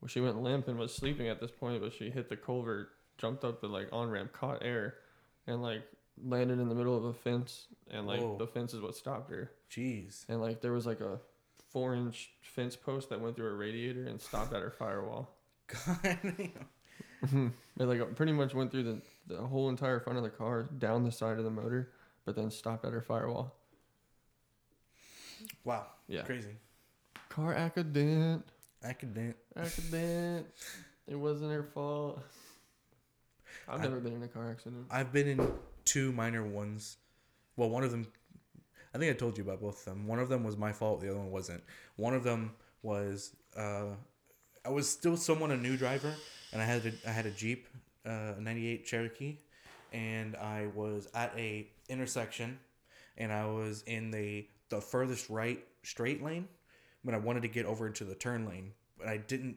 S3: well, she went limp and was sleeping at this point, but she hit the culvert, jumped up the like on ramp, caught air, and like landed in the middle of a fence, and like
S4: Whoa.
S3: the fence is what stopped her.
S4: Jeez.
S3: And like there was like a four inch fence post that went through a radiator and stopped at her firewall.
S4: God.
S3: It like it pretty much went through the, the whole entire front of the car, down the side of the motor, but then stopped at her firewall.
S4: wow.
S3: Yeah.
S4: Crazy.
S3: Car accident,
S4: Accident.
S3: accident. it wasn't her fault. I've
S4: I-
S3: never been in a car accident.
S4: I've been in two minor ones. Well, one of them, I think I told you about both of them. One of them was my fault. The other one wasn't. One of them was uh, I was still someone a new driver, and I had a, I had a Jeep, uh, a '98 Cherokee, and I was at a intersection, and I was in the the furthest right straight lane, when I wanted to get over into the turn lane, but I didn't.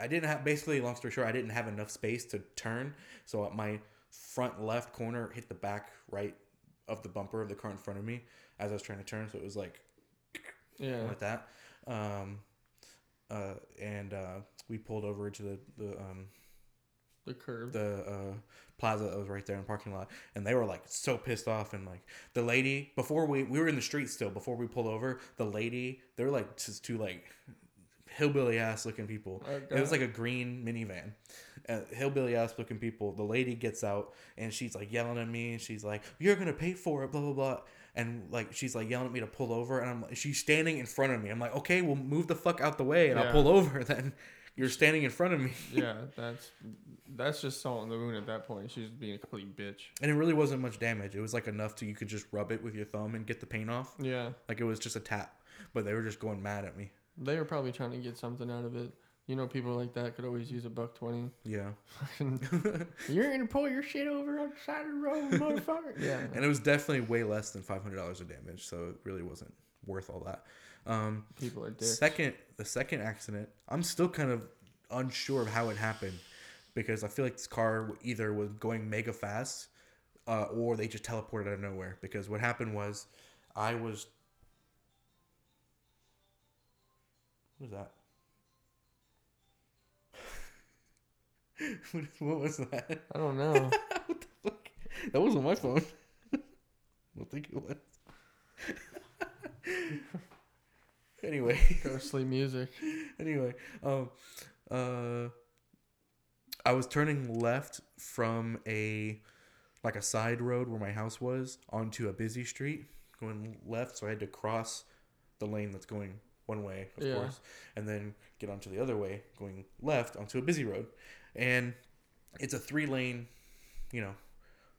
S4: I didn't have basically. Long story short, I didn't have enough space to turn, so my front left corner hit the back right of the bumper of the car in front of me as I was trying to turn. So it was like
S3: Yeah.
S4: like that. Um, uh, and uh, we pulled over to the the um,
S3: The curve.
S4: the uh, plaza that was right there in the parking lot, and they were like so pissed off. And like the lady before we we were in the street still before we pulled over, the lady they were like just two like hillbilly ass looking people.
S3: Oh,
S4: it was
S3: God.
S4: like a green minivan, uh, hillbilly ass looking people. The lady gets out and she's like yelling at me, and she's like, "You're gonna pay for it," blah blah blah. And like she's like yelling at me to pull over, and I'm like, she's standing in front of me. I'm like, okay, well move the fuck out the way, and
S3: Yeah.
S4: I'll pull over. Then you're standing in front of me.
S3: yeah, that's that's just salt in the wound at that point. She's being a complete bitch.
S4: and it really wasn't much damage. It was like enough to you could just rub it with your thumb and get the paint off.
S3: Yeah.
S4: Like it was just a tap, but they were just going mad at me.
S3: They were probably trying to get something out of it. You know, people like that could always use a buck twenty.
S4: Yeah,
S3: You're gonna pull your shit over on the side of the road, motherfucker. Yeah.
S4: and it was definitely way less than five hundred dollars of damage, so it really wasn't worth all that. Um,
S3: People are dicks.
S4: second, the second accident, I'm still kind of unsure of how it happened because I feel like this car either was going mega fast uh, or they just teleported out of nowhere. Because what happened was, I was. What was that? What- what was that?
S3: I don't know.
S4: what the fuck? That wasn't my phone. I don't think it was. anyway,
S3: Ghostly music.
S4: anyway, um, uh, I was turning left from a like a side road where my house was onto a busy street, going left. So I had to cross the lane that's going one way, of
S3: Yeah.
S4: course, and then get onto the other way, going left onto a busy road, and it's a three lane, you know,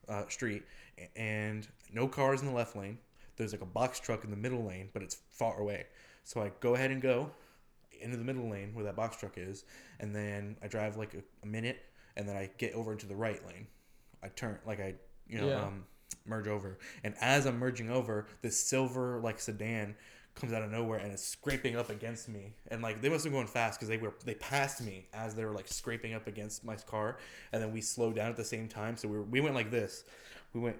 S4: uh, street, a- and no cars in the left lane. There's like a box truck in the middle lane, but it's far away. So I go ahead and go into the middle lane where that box truck is, and then I drive like a, a minute, and then I get over into the right lane. I turn like I, you know,
S3: Yeah.
S4: um, merge over, and as I'm merging over, this silver like sedan comes out of nowhere and is scraping up against me, and like they must have been going fast because they were they passed me as they were like scraping up against my car, and then we slowed down at the same time, so we were, we went like this, we went,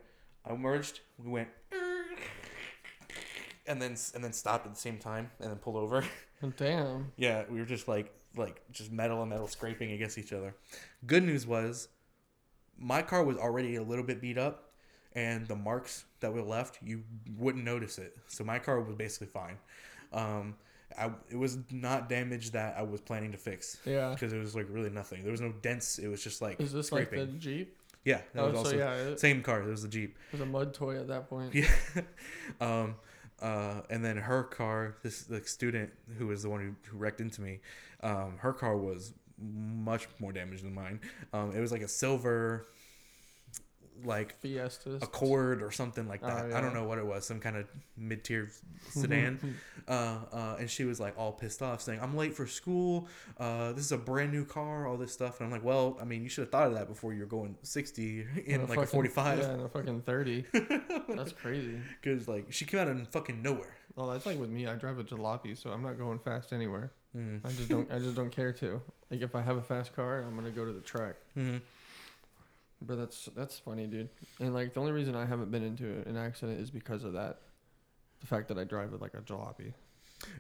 S4: I merged, we went. And then and then stopped at the same time, and then pulled over.
S3: Damn.
S4: Yeah, we were just like like just metal and metal scraping against each other. Good news was my car was already a little bit beat up and the marks that were left, you wouldn't notice it. So my car was basically fine. Um I, it was not damage that I was planning to fix.
S3: Yeah.
S4: Because it was like really nothing. There was no dents. It was just like
S3: Is this
S4: scraping.
S3: like the Jeep?
S4: yeah, that
S3: Oh,
S4: was
S3: so
S4: also
S3: yeah, it-
S4: same car. It was the Jeep.
S3: It was a mud toy at that point.
S4: Yeah. um, uh, and then her car, this the student who was the one who, who wrecked into me, um, her car was much more damaged than mine. Um, it was like a silver, like
S3: Fiestas.
S4: Accord or something like
S3: Oh,
S4: that. I
S3: yeah.
S4: don't know what it was, some kind of mid tier sedan. uh, uh, and she was like all pissed off, saying, "I'm late for school. Uh, this is a brand new car. All this stuff." And I'm like, "Well, I mean, you should have thought of that before you're going 60 in like a
S3: Uh, fucking,
S4: 45."
S3: Yeah, and a fucking thirty. That's crazy.
S4: Cause like she came out of fucking nowhere.
S3: Well, that's like with me. I drive a jalopy, so I'm not going fast anywhere.
S4: Mm.
S3: I just don't. I just don't care to. Like if I have a fast car, I'm gonna go to the track.
S4: Mm-hmm.
S3: But that's that's funny, dude. And like the only reason I haven't been into an accident is because of that, the fact that I drive with like a jalopy.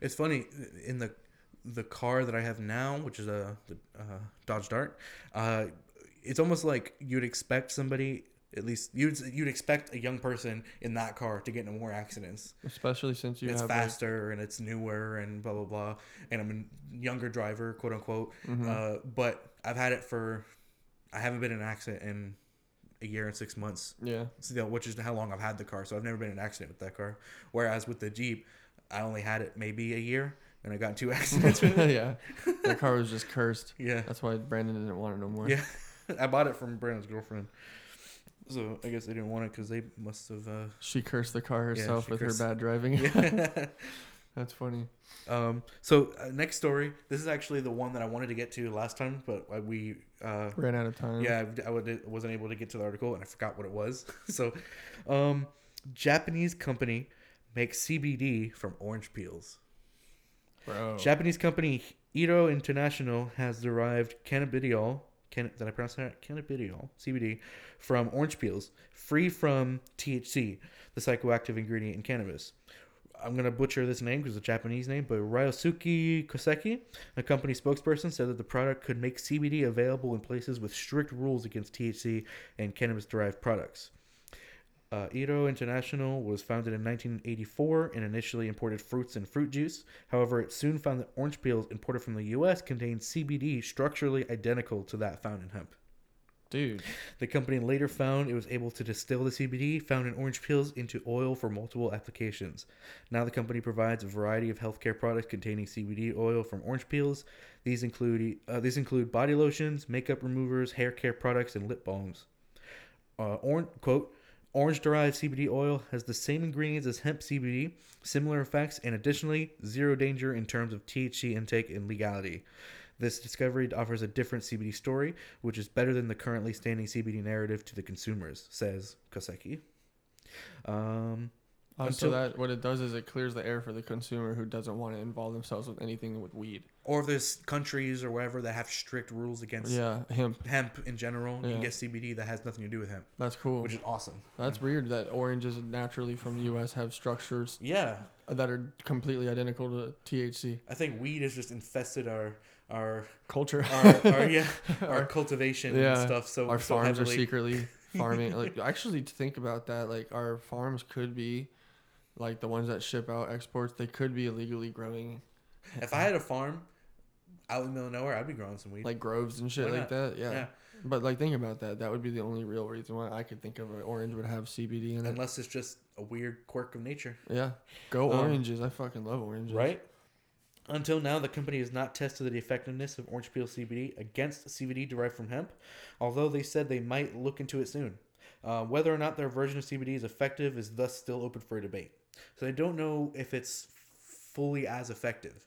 S4: It's funny in the the car that I have now, which is a the, uh, Dodge Dart. Uh, it's almost like you'd expect somebody At least you'd you'd expect a young person in that car to get in more accidents.
S3: especially since you
S4: it's
S3: have like,
S4: faster and it's newer and blah blah blah. And I'm a younger driver, quote unquote. Uh, but I've had it for I haven't been in an accident in a year and six months.
S3: yeah.
S4: So, the- which is how long I've had the car. So I've never been in an accident with that car. Whereas with the Jeep, I only had it maybe a year and I got in two accidents with it.
S3: yeah. That car was just cursed.
S4: Yeah.
S3: That's why Brandon didn't want it no more.
S4: Yeah, I bought it from Brandon's girlfriend. So I guess they didn't want it because they must have. Uh...
S3: She cursed the car herself
S4: she
S3: with
S4: cursed-
S3: her bad driving. That's funny.
S4: uh, um. So uh, next story. This is actually the one that I wanted to get to last time, but I- we. Uh,
S3: Ran out of time.
S4: yeah, I would, wasn't able to get to the article, and I forgot what it was. so, um, Japanese company makes CBD from orange peels.
S3: Bro.
S4: Japanese company Ito International has derived cannabidiol. Can, did I pronounce that? right? Cannabidiol, CBD, from orange peels, free from THC, the psychoactive ingredient in cannabis. I'm going to butcher this name because it's a Japanese name, but Ryosuke Koseki, a company spokesperson, said that the product could make CBD available in places with strict rules against THC and cannabis derived products. Uh, Ito International was founded in 1984 and initially imported fruits and fruit juice. However, it soon found that orange peels imported from the U.S. contained CBD structurally identical to that found in hemp.
S3: Dude.
S4: The company later found it was able to distill the CBD found in orange peels into oil for multiple applications. Now the company provides a variety of healthcare products containing CBD oil from orange peels. These include uh, these include body lotions, makeup removers, hair care products, and lip balms. Uh, orange quote. Orange derived CBD oil has the same ingredients as hemp CBD, similar effects, and additionally, zero danger in terms of THC intake and legality. This discovery offers a different CBD story, which is better than the currently standing CBD narrative to the consumers, says Koseki. Um,
S3: Uh,
S4: Until-
S3: so that what it does is it clears the air for the consumer who doesn't want to involve themselves with anything with weed.
S4: or if there's countries or whatever that have strict rules against
S3: Yeah, hemp.
S4: hemp in general, you
S3: Yeah.
S4: can get CBD that has nothing to do with hemp,
S3: That's cool.
S4: which is awesome.
S3: That's weird that oranges naturally from the U.S. have structures
S4: Yeah,
S3: that are completely identical to THC
S4: I think weed has just infested our our
S3: culture.
S4: our, our yeah our cultivation Uh, and stuff. So
S3: our
S4: so
S3: farms
S4: heavily.
S3: are secretly farming. like actually, to think about that, like our farms could be, like the ones that ship out exports, they could be illegally growing
S4: If I had a farm out in the middle of nowhere, I'd be growing some weed.
S3: like groves and shit
S4: Why
S3: like that. Yeah.
S4: Yeah.
S3: But like think about that. That would be the only real reason why I could think of an orange would have CBD in it.
S4: Unless it's just a weird quirk of nature.
S3: Yeah. Go oranges. I fucking love oranges.
S4: Right? Until now, the company has not tested the effectiveness of orange peel CBD against CBD derived from hemp, although they said they might look into it soon. Uh, whether or not their version of CBD is effective is thus still open for debate. So they don't know if it's fully as effective.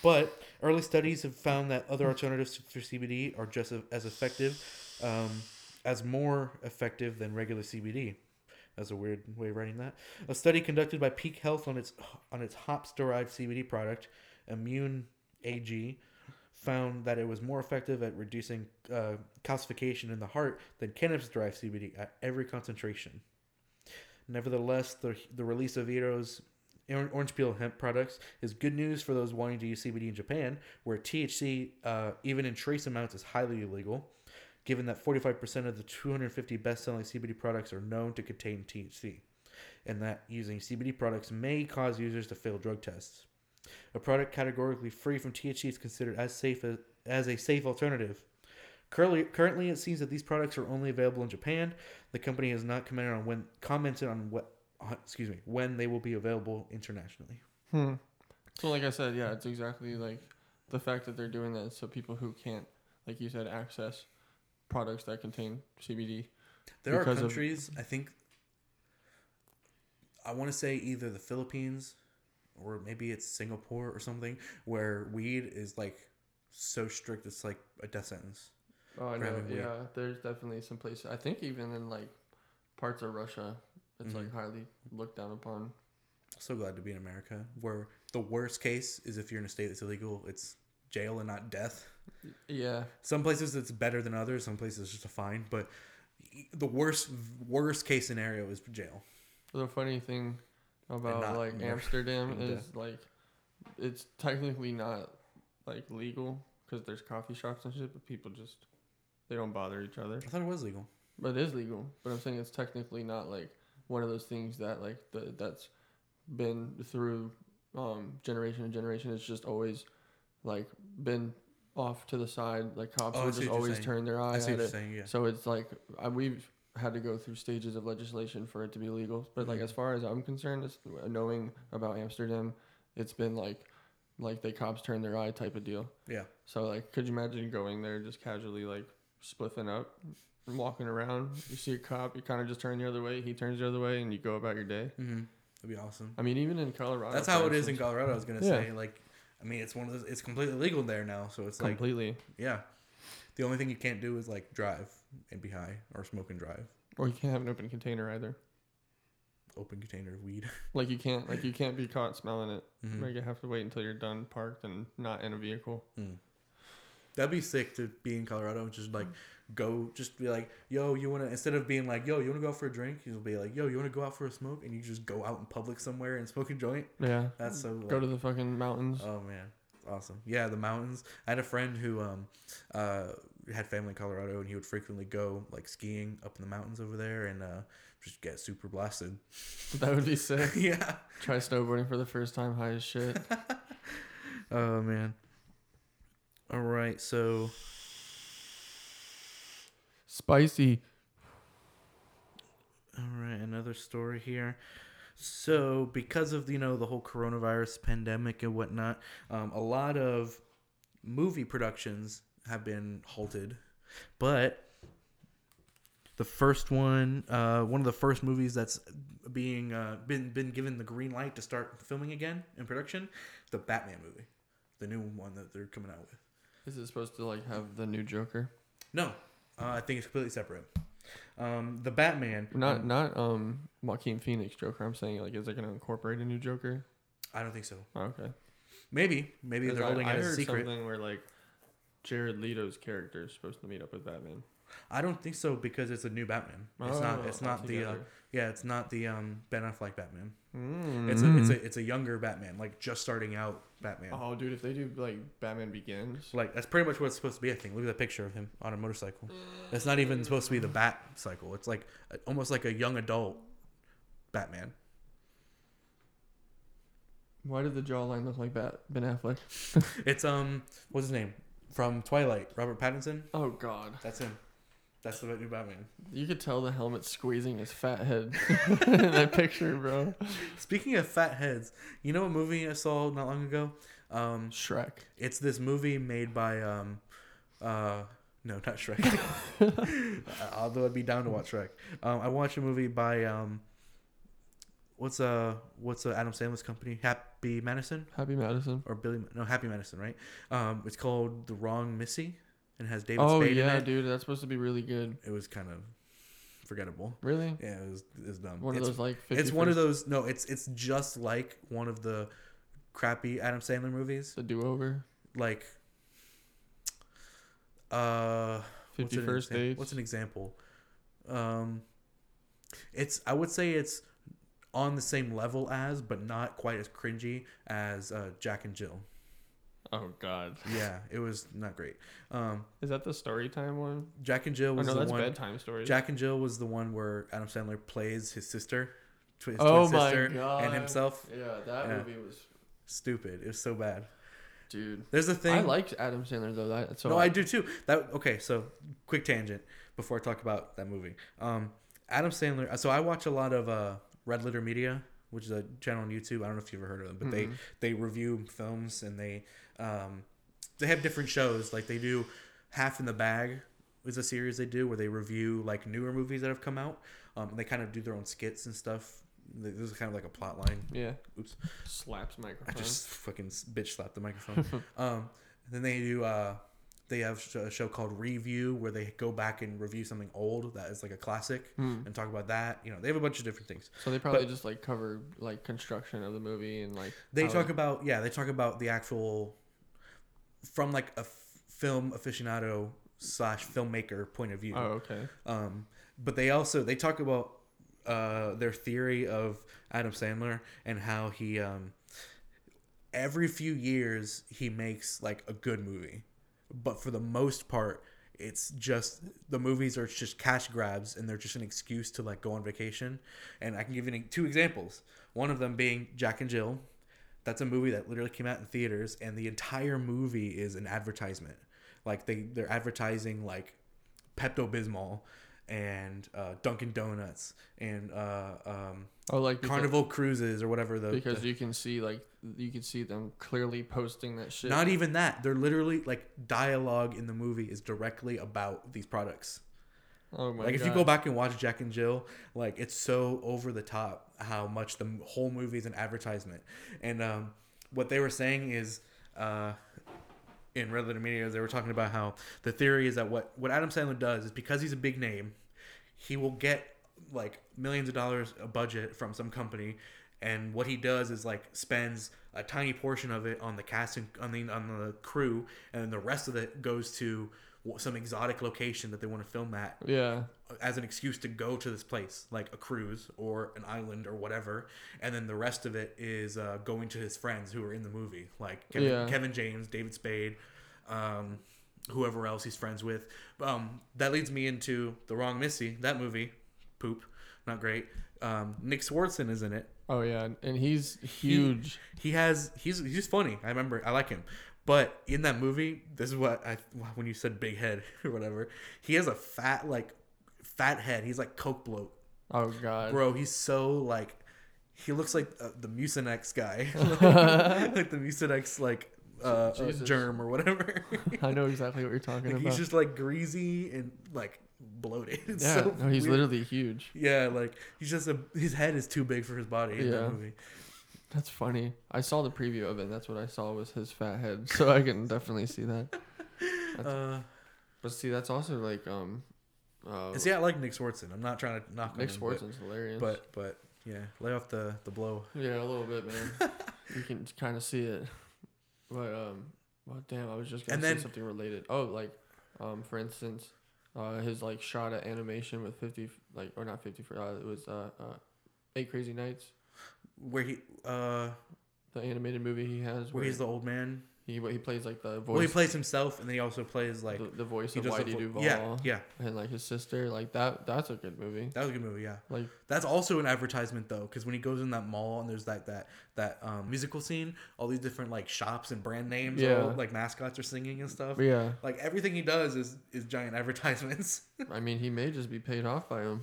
S4: But early studies have found that other alternatives for CBD are just as effective, um, as more effective than regular CBD. That's a weird way of writing that. A study conducted by Peak Health on its on its hops-derived CBD product, Immune AG, found that it was more effective at reducing uh, calcification in the heart than cannabis-derived CBD at every concentration. Nevertheless, the, the release of Ito's or- orange peel hemp products is good news for those wanting to use CBD in Japan, where THC, uh, even in trace amounts, is highly illegal, given that 45% of the 250 best selling CBD products are known to contain THC, and that using CBD products may cause users to fail drug tests. A product categorically free from THC is considered as safe as, as a safe alternative. Currently, currently, it seems that these products are only available in Japan. The company has not commented on when commented on what uh, excuse me when they will be available internationally.
S3: So like I said, yeah, it's exactly like the fact that they're doing that so people who can't, like you said, access products that contain CBD.
S4: There
S3: Because
S4: are
S3: of-
S4: countries I think I want to say either the Philippines or maybe it's Singapore or something where weed is like so strict it's like a death sentence.
S3: Oh, I know.
S4: Grabbing weed.
S3: yeah, there's definitely some places. I think even in like parts of Russia, it's like highly looked down upon.
S4: So glad to be in America where the worst case is if you're in a state that's illegal, it's jail and not death.
S3: Yeah,
S4: Some places it's better than others. Some places it's just a fine. But the worst worst case scenario is jail.
S3: the funny thing about
S4: not
S3: like
S4: murder
S3: Amsterdam
S4: and
S3: is
S4: death.
S3: like it's technically not like legal because there's coffee shops and shit, but people just they don't bother each other.
S4: I thought it was legal.
S3: But it is legal. But I'm saying it's technically not like one of those things that like the, that's been through um, generation and generation. It's just always like been off to the side. Like cops
S4: Oh, I
S3: will
S4: see
S3: just
S4: what you're
S3: always
S4: saying.
S3: turn their eye
S4: I see
S3: at
S4: what you're
S3: it.
S4: saying. Yeah.
S3: So it's like I, we've had to go through stages of legislation for it to be legal. But
S4: Mm-hmm.
S3: like as far as I'm concerned, it's, uh, knowing about Amsterdam, it's been like like they cops turn their eye type of deal.
S4: Yeah.
S3: So like, could you imagine going there just casually like spliffing up and walking around? You see a cop, you kind of just turn the other way. He turns the other way, and you go about your day.
S4: Mm-hmm. That'd be awesome.
S3: I mean, even in Colorado,
S4: That's how
S3: for
S4: it is in
S3: instance,
S4: Colorado. I was gonna
S3: Yeah.
S4: say like, I mean, it's one of those. It's completely legal there now, so it's like,
S3: completely.
S4: yeah. The only thing you can't do is like drive and be high or smoke and drive.
S3: Or you can't have an open container either.
S4: Open container of weed.
S3: Like you can't like you can't be caught smelling it.
S4: Mhm.
S3: Like you have to wait until you're done parked and not in a vehicle.
S4: That'd be sick to be in Colorado and just like go, just be like, yo, you wanna instead of being like, yo, you wanna go out for a drink, you'll be like, yo, you wanna go out for a smoke, and you just go out in public somewhere and smoke a joint.
S3: Yeah.
S4: That's so.
S3: Go
S4: like,
S3: to the fucking mountains.
S4: Oh man, awesome. Yeah, the mountains. I had a friend who um uh had family in Colorado and he would frequently go like skiing up in the mountains over there and uh just get super blasted.
S3: That would be sick.
S4: yeah.
S3: Try snowboarding for the first time, high as shit.
S4: Oh man. All right, so
S3: Spicy.
S4: all right, another story here. So, because of you know the whole coronavirus pandemic and whatnot, um, a lot of movie productions have been halted. But the first one, uh, one of the first movies that's being uh, been been given the green light to start filming again in production, the Batman movie, the new one that they're coming out with.
S3: Is it supposed to like have the new Joker?
S4: No, uh, I think it's completely separate. Um, the Batman.
S3: Not not um Joaquin Phoenix Joker. I'm saying like, is it gonna incorporate a new Joker?
S4: I don't think so.
S3: Oh, okay.
S4: Maybe, maybe
S3: 'Cause
S4: they're holding
S3: I, I
S4: it as a
S3: heard
S4: secret.
S3: something where like Jared Leto's character is supposed to meet up with Batman.
S4: I don't think so because it's a new Batman. It's
S3: Oh,
S4: not. It's not the. Uh,
S3: altogether. Hmm.
S4: yeah, it's not the um, Ben Affleck Batman. It's a. It's a. It's a younger Batman, like just starting out Batman.
S3: Oh, dude, if they do like Batman Begins,
S4: Like that's pretty much what it's supposed to be. I think. Look at that picture of him on a motorcycle. It's not even supposed to be the Bat cycle. It's like a- almost like a young adult Batman.
S3: why did the jawline look like Bat Ben Affleck?
S4: It's um, what's his name from Twilight? Robert Pattinson.
S3: Oh God,
S4: That's him. That's the new Batman.
S3: you could tell the helmet squeezing his fat head in that picture, bro.
S4: Speaking of fat heads, you know what movie I saw not long ago? Um,
S3: Shrek.
S4: It's this movie made by um uh no, not Shrek. Although I'd be down to watch Shrek. Um, I watched a movie by um what's uh what's uh, Adam Sandler's company? Happy Madison
S3: Happy Madison.
S4: or Billy No, Happy Madison, right? Um it's called The Wrong Missy and it has David
S3: Oh
S4: Spade
S3: yeah,
S4: in it.
S3: dude, that's supposed to be really good.
S4: It was kind of forgettable.
S3: Really,
S4: Yeah, it was, it was dumb.
S3: one of
S4: It's-
S3: those like 50
S4: It's one of those no, it's it's just like one of the crappy Adam Sandler movies.
S3: the do over.
S4: like uh what's an
S3: 51st
S4: exam-
S3: dates.
S4: What's an example? Um it's I would say it's on the same level as but not quite as cringy as uh, Jack and Jill.
S3: Oh God,
S4: Yeah, it was not great. Um
S3: is that the story time one?
S4: Jack and Jill
S3: Oh
S4: was
S3: no,
S4: the
S3: that's
S4: one
S3: bedtime stories.
S4: Jack and Jill was the one where Adam Sandler plays his sister. Tw- his
S3: Oh
S4: twin
S3: my
S4: sister
S3: God.
S4: and himself.
S3: Yeah, that
S4: Yeah.
S3: movie was,
S4: Stupid. It was so bad.
S3: dude.
S4: There's a thing
S3: I liked Adam Sandler though. That so
S4: no, I do too. That okay. So quick tangent before I talk about that movie. Um, Adam Sandler. So I watch a lot of uh, Red Letter Media, which is a channel on YouTube. I don't know if you've ever heard of them, but they they review films and they um, they have different shows. Like they do Half in the Bag is a series they do where they review like newer movies that have come out. Um, and they kind of do their own skits and stuff. Th- This is kind of like a plot line.
S3: yeah
S4: Oops.
S3: slaps
S4: I
S3: microphone.
S4: just fucking s- bitch slapped the microphone. um, and then they do. Uh, they have sh- a show called Review where they go back and review something old that is like a classic and talk about that. You know, they have a bunch of different things.
S3: so they probably just like cover like construction of the movie and like
S4: They
S3: how
S4: talk
S3: it-
S4: about yeah, they talk about the actual from like a f- film aficionado slash filmmaker point of view.
S3: Oh okay.
S4: Um, but they also they talk about uh, their theory of Adam Sandler and how he um, every few years he makes like a good movie, but for the most part It's just the movies are just cash grabs, and they're just an excuse to like go on vacation. And I can give you two examples. One of them being Jack and Jill. That's a movie that literally came out in theaters, and the entire movie is an advertisement. Like they they're advertising like Pepto Bismol and uh, Dunkin' Donuts and uh, um,
S3: Oh, like because,
S4: Carnival Cruises or whatever the
S3: because
S4: the-
S3: you can see like you can see them clearly posting that shit.
S4: Not e- even that. They're literally like dialogue in the movie is directly about these products.
S3: oh my
S4: like
S3: god!
S4: if you go back and watch Jack and Jill, like it's so over the top how much the m- whole movie is an advertisement. And um, what they were saying is uh, in Red Letter Media, they were talking about how the theory is that what what Adam Sandler does is because he's a big name, he will get like millions of dollars a budget from some company and what he does is like spends a tiny portion of it on the cast and on the on the crew and then the rest of it goes to wh- some exotic location that they want to film at
S3: yeah,
S4: as an excuse to go to this place, like a cruise or an island or whatever, and then the rest of it is uh, going to his friends who are in the movie, like Kevin,
S3: Yeah.
S4: Kevin James, David Spade, um, whoever else he's friends with. Um, that leads me into the wrong Missy. That movie, poop, not great. Um, Nick Swartzen is in it.
S3: oh yeah, and he's huge.
S4: He has he's he's funny. I remember I like him. But in that movie, this is what I when you said big head or whatever, he has a fat like fat head. He's like coke bloat.
S3: oh god!
S4: Bro, he's so like, he looks like uh, the Mucinex guy, like the Mucinex like uh, uh,
S3: Jesus.
S4: germ or whatever.
S3: I know exactly what you're talking
S4: Like,
S3: about.
S4: he's just like greasy and like bloated. It's
S3: yeah,
S4: so
S3: no, he's
S4: weird.
S3: literally huge.
S4: yeah, like he's just a his head is too big for his body in
S3: Yeah.
S4: that movie.
S3: That's funny. I saw the preview of it. And that's what I saw was his fat head. So I can definitely see that.
S4: Uh,
S3: But see, that's also like um, uh,
S4: and see, I like Nick Swartzen. I'm not trying to knock on
S3: Nick
S4: him, but-
S3: Swartzen's hilarious.
S4: but but yeah, lay off the the blow.
S3: Yeah, a little bit, man. you can kind of see it. But um, well, damn, I was just gonna
S4: And
S3: say
S4: then-
S3: something related. Oh, like, um, for instance, uh, his like shot at animation with fifty, like, or not fifty, uh, it was uh, uh, eight crazy nights,
S4: Where he uh
S3: the animated movie he has
S4: where he's the old man.
S3: he he plays like the voice,
S4: Well, he plays himself, and then he also plays like
S3: the, the voice
S4: he
S3: of
S4: does the
S3: Whitey
S4: vo-
S3: Duvall,
S4: Yeah, yeah.
S3: and like his sister, like that. That's a good movie.
S4: That was a good movie, yeah.
S3: Like,
S4: That's also an advertisement though, because when he goes in that mall and there's that that that um, musical scene, all these different like shops and brand names,
S3: Yeah.
S4: all, like mascots are singing and stuff.
S3: yeah,
S4: Like everything he does is is giant advertisements.
S3: I mean, he may just be paid off by him.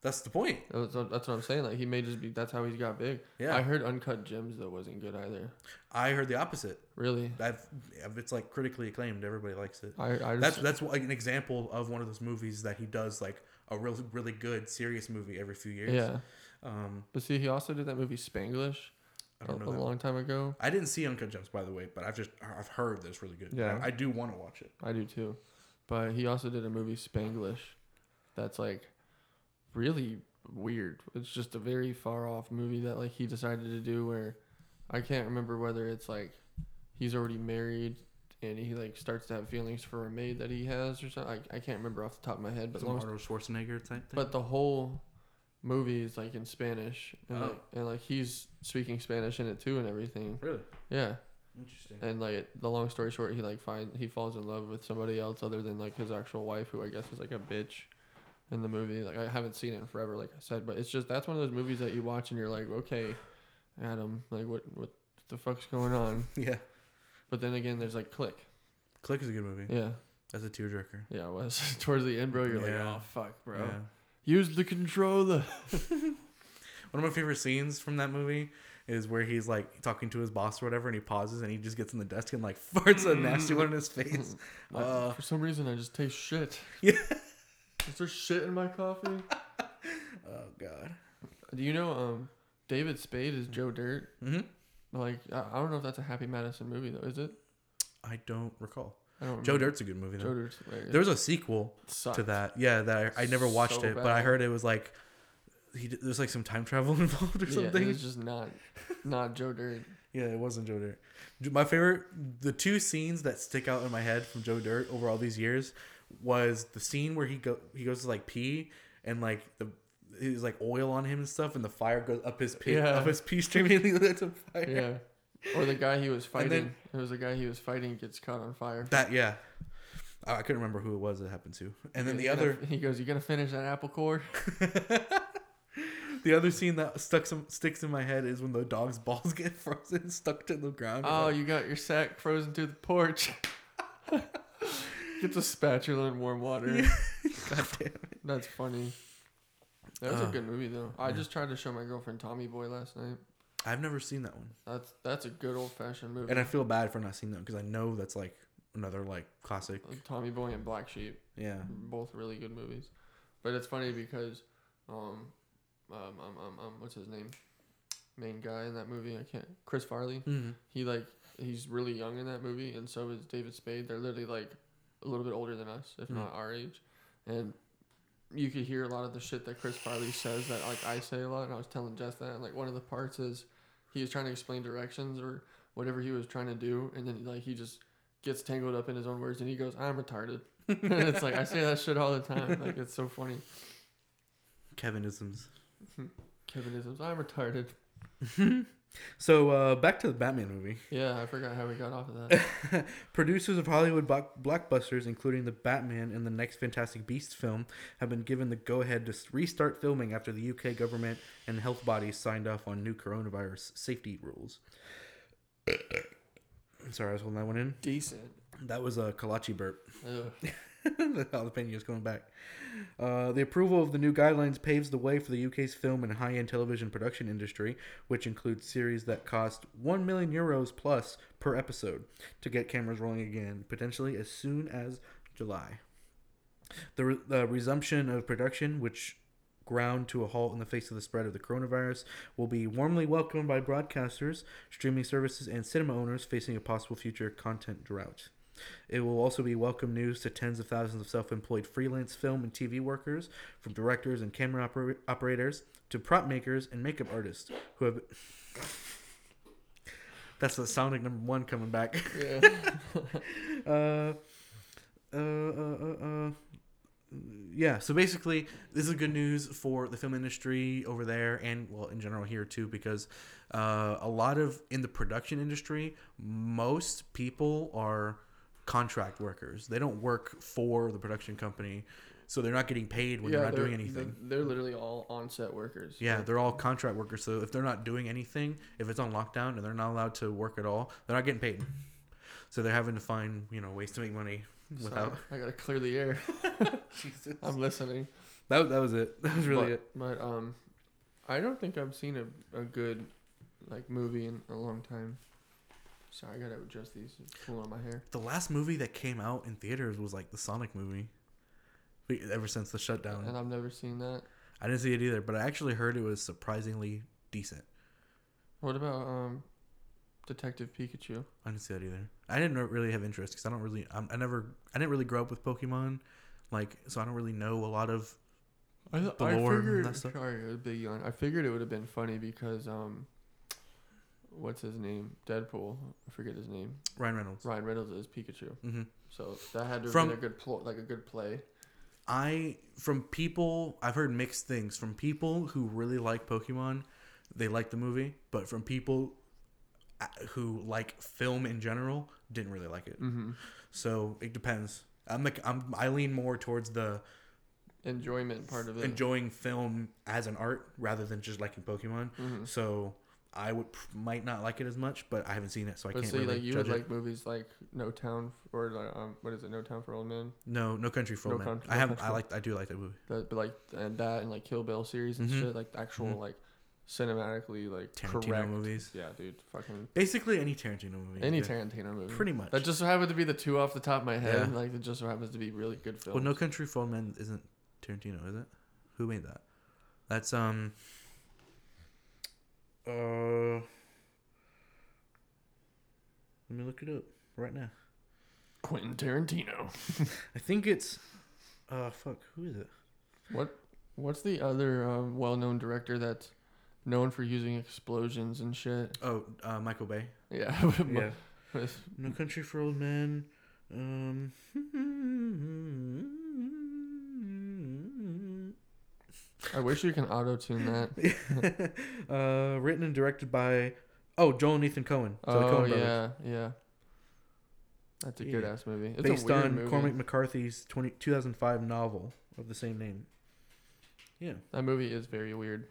S4: That's the point.
S3: That's, that's what I'm saying. Like, he may just be. That's how he's got big.
S4: Yeah.
S3: I heard Uncut Gems though wasn't good either.
S4: I heard the opposite.
S3: Really?
S4: I've, I've- it's like critically acclaimed. Everybody likes it.
S3: I, I just,
S4: That's that's like an example of one of those movies that he does like a real really good serious movie every few years.
S3: yeah.
S4: Um,
S3: But see, he also did that movie Spanglish
S4: I
S3: a,
S4: don't know.
S3: a
S4: that.
S3: long time ago.
S4: I didn't see Uncut Gems by the way, but I've just I've heard that it's really good.
S3: Yeah.
S4: I, I do want to watch it.
S3: I do too. But he also did a movie Spanglish that's like really weird. It's just a very far off movie that like he decided to do where I can't remember whether it's like he's already married and he like starts to have feelings for a maid that he has or something. I, I can't remember off the top of my head, but
S4: Some
S3: long
S4: Arnold Schwarzenegger type thing.
S3: But the whole movie is like in Spanish, and,
S4: Oh.
S3: like, and like he's speaking Spanish in it too, and everything.
S4: really
S3: Yeah,
S4: interesting.
S3: and like the long story short, he like find he falls in love with somebody else other than like his actual wife, who I guess is like a bitch in the movie. Like I haven't seen it in forever, like I said, but it's just that's one of those movies that you watch and you're like, okay, Adam, like what what the fuck's going on?
S4: Yeah,
S3: But then again, there's like Click.
S4: Click is a good movie.
S3: Yeah,
S4: That's a tearjerker.
S3: yeah, it was towards the end, bro. You're
S4: Yeah.
S3: like, oh fuck, bro,
S4: Yeah.
S3: use the controller.
S4: One of my favorite scenes from that movie is where he's like talking to his boss or whatever, and he pauses and he just gets in the desk and like farts a nasty one in his face.
S3: I-
S4: Uh,
S3: for some reason, I just taste shit.
S4: Yeah.
S3: Is there shit in my coffee?
S4: oh god.
S3: Do you know um David Spade is Joe Dirt?
S4: hmm
S3: Like I, I don't know if that's a Happy Madison movie though. Is it?
S4: I don't recall.
S3: I don't.
S4: Joe
S3: remember.
S4: Dirt's a good movie though.
S3: Joe Dirt's hilarious.
S4: There was a sequel
S3: It sucked.
S4: to that. Yeah, that I, I never watched
S3: So
S4: it, but I
S3: bad.
S4: heard it was like he did- there's like some time travel involved or
S3: Yeah,
S4: something.
S3: it's just not not Joe Dirt.
S4: Yeah, it wasn't Joe Dirt. J- My favorite, the two scenes that stick out in my head from Joe Dirt over all these years was the scene where he go he goes to like pee and like the he's like oil on him and stuff, and the fire goes up his pee
S3: Yeah.
S4: up his pee stream and he lights on fire.
S3: Yeah. Or the guy he was
S4: And
S3: fighting.
S4: then-
S3: it was the guy he was fighting gets caught on fire.
S4: That yeah, I I couldn't remember who it was that happened to. And then the
S3: You gonna-
S4: other
S3: he goes, "You gonna finish that apple core?"
S4: the other scene that stuck some sticks in my head is when the dog's balls get frozen stuck to the ground.
S3: oh, you got your sack frozen to the porch. Get the spatula and warm water.
S4: God damn it.
S3: That's funny. That was a good movie though. I just tried to show my girlfriend Tommy Boy last night.
S4: I've never seen that one.
S3: That's that's a good old fashioned movie.
S4: And I feel bad for not seeing that because I know that's like another like classic.
S3: Like Tommy Boy and Black Sheep,
S4: Yeah.
S3: both really good movies. But it's funny because, um, um, um, um, um what's his name? Main guy in that movie, I can't. Chris Farley.
S4: Mm-hmm.
S3: He like he's really young in that movie, and so is David Spade. They're literally like a little bit older than us, if not our age, and you could hear a lot of the shit that Chris Farley says that like I say a lot, and I was telling Jess that. And, like one of the parts is he was trying to explain directions or whatever he was trying to do, and then like he just gets tangled up in his own words, and he goes, "I'm retarded." it's like I say that shit all the time. Like it's so funny.
S4: Kevinisms.
S3: Kevinisms. I'm retarded.
S4: So uh, back to the Batman movie.
S3: Yeah, I forgot how we got off of that.
S4: Producers of Hollywood block- blockbusters, including the Batman and the next Fantastic Beasts film, have been given the go ahead to s- restart filming after the UK government and health bodies signed off on new coronavirus safety rules. I'm sorry, I was holding that one in.
S3: Decent.
S4: That was a kolache burp.
S3: Ugh.
S4: the jalapeno is going back. Uh, the approval of the new guidelines paves the way for the UK's film and high end television production industry, which includes series that cost 1 million euros plus per episode to get cameras rolling again, potentially as soon as July. The, re- the resumption of production, which ground to a halt in the face of the spread of the coronavirus, will be warmly welcomed by broadcasters, streaming services, and cinema owners facing a possible future content drought. It will also be welcome news to tens of thousands of self employed freelance film and TV workers, from directors and camera oper- operators to prop makers and makeup artists who have. That's the sounding number one coming back.
S3: Yeah.
S4: Uh, uh, uh, uh, uh, yeah, so basically, this is good news for the film industry over there and, well, in general here too, because uh, a lot of, in the production industry, most people are contract workers. They don't work for the production company, so they're not getting paid when they're not doing anything.
S3: They're, they're literally all on-set workers.
S4: Yeah, they're all contract workers. So if they're not doing anything, if it's on lockdown and they're not allowed to work at all, they're not getting paid. So they're having to find, you know, ways to make money
S3: So
S4: without.
S3: I gotta clear the air.
S4: Jesus.
S3: I'm listening.
S4: Um, That, that was it. That was really
S3: but,
S4: it.
S3: But um, I don't think I've seen a, a good like movie in a long time. Sorry, I gotta adjust these. It's pulling on my hair.
S4: The last movie that came out in theaters was like the Sonic movie. We- Ever since the
S3: And
S4: shutdown,
S3: I've never seen that.
S4: I didn't see it either, but I actually heard it was surprisingly decent.
S3: What about um, Detective Pikachu?
S4: I didn't see that either. I didn't really have interest because I don't really, I'm, I never, I didn't really grow up with Pokemon, like so I don't really know a lot of.
S3: I, th-
S4: The
S3: I
S4: lore and
S3: figured.
S4: that stuff?
S3: Sorry, it was a big yawn. I figured it would have been funny because um, what's his name? Deadpool. I forget his name.
S4: Ryan Reynolds.
S3: Ryan Reynolds is Pikachu.
S4: hmm
S3: So that had to have
S4: From-
S3: been a good pl- like a good play.
S4: I from people I've heard mixed things from people who really like Pokemon, they like the movie, but from people uh, who like film in general, didn't really like it.
S3: Mm-hmm.
S4: So it depends. I'm like I'm I lean more towards the
S3: Enjoyment part of it.
S4: enjoying film as an art rather than just liking Pokemon.
S3: Mhm.
S4: So I would might not like it as much, but I haven't seen it, so I
S3: But
S4: can't
S3: see,
S4: really
S3: like you
S4: judge
S3: would
S4: it.
S3: like movies like No Town f- or like um, what is it? No Town for Old Men.
S4: no, no country for
S3: No
S4: Old Men.
S3: Country-
S4: I
S3: No
S4: have
S3: Country
S4: I
S3: for-
S4: like I do like that movie.
S3: That, but like and that and like Kill Bill series and
S4: Mhm.
S3: shit, like actual
S4: Mhm.
S3: like cinematically like
S4: Tarantino
S3: correct
S4: movies.
S3: Yeah, dude, fucking
S4: Basically any Tarantino movie.
S3: any
S4: yeah.
S3: Tarantino movie.
S4: Pretty much.
S3: That just so happened to be the two off the top of my head.
S4: Yeah.
S3: Like it just so happens to be really good films.
S4: Well, No Country for Old Men isn't Tarantino, is it? Who made that? That's um. Uh. Let me look it up right now.
S3: Quentin Tarantino.
S4: I think it's. Uh, fuck. Who is it?
S3: What what's the other um, well-known director that's known for using explosions and shit?
S4: Oh, uh, Michael Bay.
S3: Yeah.
S4: No Country for Old Men. Um.
S3: I wish you can auto-tune that.
S4: uh, written and directed by. Oh, Joel and Ethan Cohen. So the
S3: oh
S4: Coen brothers.
S3: yeah, yeah. That's a good ass movie. It's
S4: based
S3: a weird
S4: on
S3: movie.
S4: Cormac McCarthy's 20, 2005 novel of the same name. Yeah,
S3: that movie is very weird.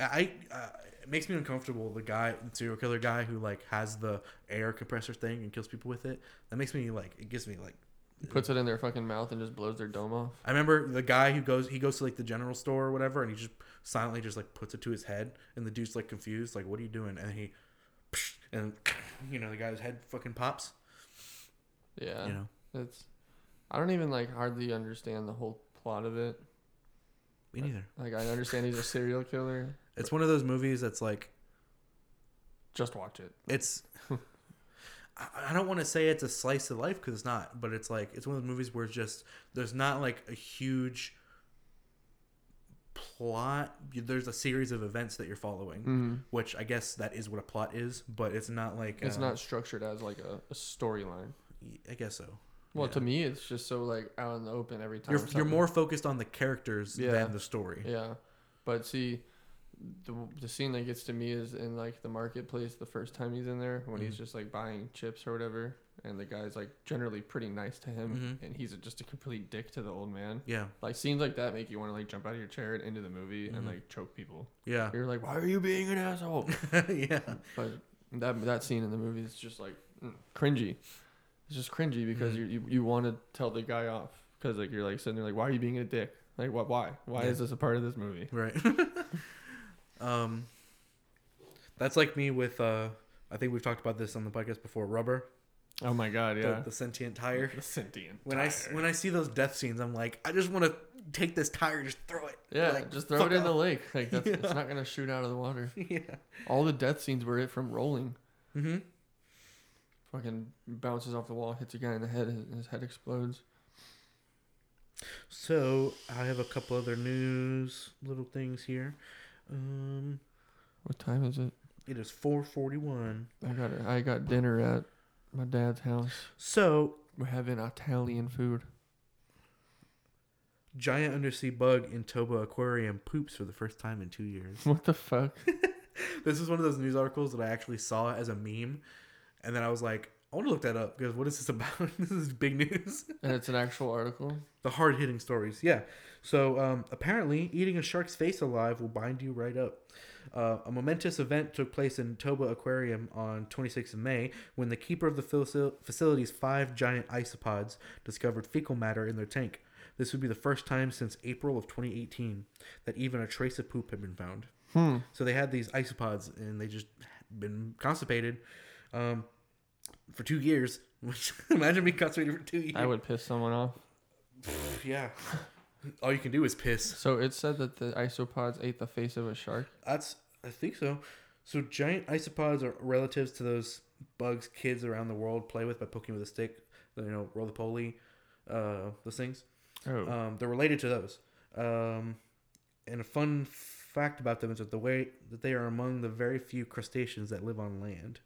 S4: I uh, it makes me uncomfortable. The guy, the serial killer guy, who like has the air compressor thing and kills people with it. That makes me like it gives me like
S3: He puts it in their fucking mouth and just blows their dome off.
S4: I remember the guy who goes he goes to like the general store or whatever and he just silently just like puts it to his head and the dude's like confused like what are you doing and he and you know the guy's head fucking pops
S3: Yeah.
S4: you know
S3: It's I don't even like hardly understand the whole plot of it.
S4: me neither
S3: Like I understand he's a serial killer.
S4: it's one of those movies that's like
S3: Just watch it.
S4: it's I I don't want to say it's a slice of life because it's not, but it's like it's one of those movies where it's just there's not like a huge plot. There's a series of events that you're following, which I guess that is what a plot is, but it's not like
S3: Mm-hmm. It's
S4: uh,
S3: not structured as like a, a storyline.
S4: I guess so.
S3: Well, to me, it's just so like out in the open every time.
S4: You're you're
S3: something-
S4: more focused on the characters
S3: Yeah.
S4: than the story.
S3: Yeah, but see, the the scene that gets to me is in like the marketplace the first time he's in there when he's just like buying chips or whatever, and the guy's like generally pretty nice to him, and he's just a complete dick to the old man.
S4: Yeah,
S3: Like scenes like that make you want to like jump out of your chair and into the movie and like choke people.
S4: yeah,
S3: You're like, why are you being an asshole?
S4: yeah.
S3: but that that scene in the movie is just like mm, cringy. It's just cringy because you, you you want to tell the guy off because like you're like sitting there like, why are you being a dick? Like what? Why? Why is this a part of this movie?
S4: Right. um, that's like me with. Uh, I think we've talked about this on the podcast before. Rubber,
S3: Oh my god,
S4: the-
S3: yeah.
S4: the sentient tire.
S3: The sentient.
S4: When I s- when I see those death scenes, I'm like, I just want to take this tire and just throw it.
S3: yeah,
S4: Like,
S3: just throw
S4: fuck
S3: it in the
S4: off.
S3: lake. Like that's, it's not gonna shoot out of the water.
S4: yeah.
S3: All the death scenes were it from rolling.
S4: Mm-hmm.
S3: Fucking bounces off the wall, hits a guy in the head, and his head explodes.
S4: So I have a couple other news little things here. Um,
S3: What time is it?
S4: it is 4:41.
S3: I got I got dinner at my dad's house.
S4: So
S3: We're having Italian food.
S4: giant undersea bug in Toba Aquarium poops for the first time in two years.
S3: What the fuck?
S4: this is one of those news articles that I actually saw as a meme, and then I was like, I want to look that up because what is this about? this is big news.
S3: and it's an actual article.
S4: the hard hitting stories. Yeah. So um, apparently, eating a shark's face alive will bind you right up. Uh, a momentous event took place in Toba Aquarium on 26th of May when the keeper of the faci- facility's five giant isopods discovered fecal matter in their tank. This would be the first time since April of 2018 that even a trace of poop had been found. So they had these isopods and they just been constipated um, for two years. Which imagine being constipated for two years.
S3: I would piss someone off.
S4: Yeah. All you can do is piss.
S3: So it said that the isopods ate the face of a shark.
S4: That's I think so. So giant isopods are relatives to those bugs kids around the world play with by poking with a stick, you know, roll the poly, uh, those things.
S3: Oh.
S4: Um, they're related to those. Um, and a fun fact about them is that the way that they are among the very few crustaceans that live on land.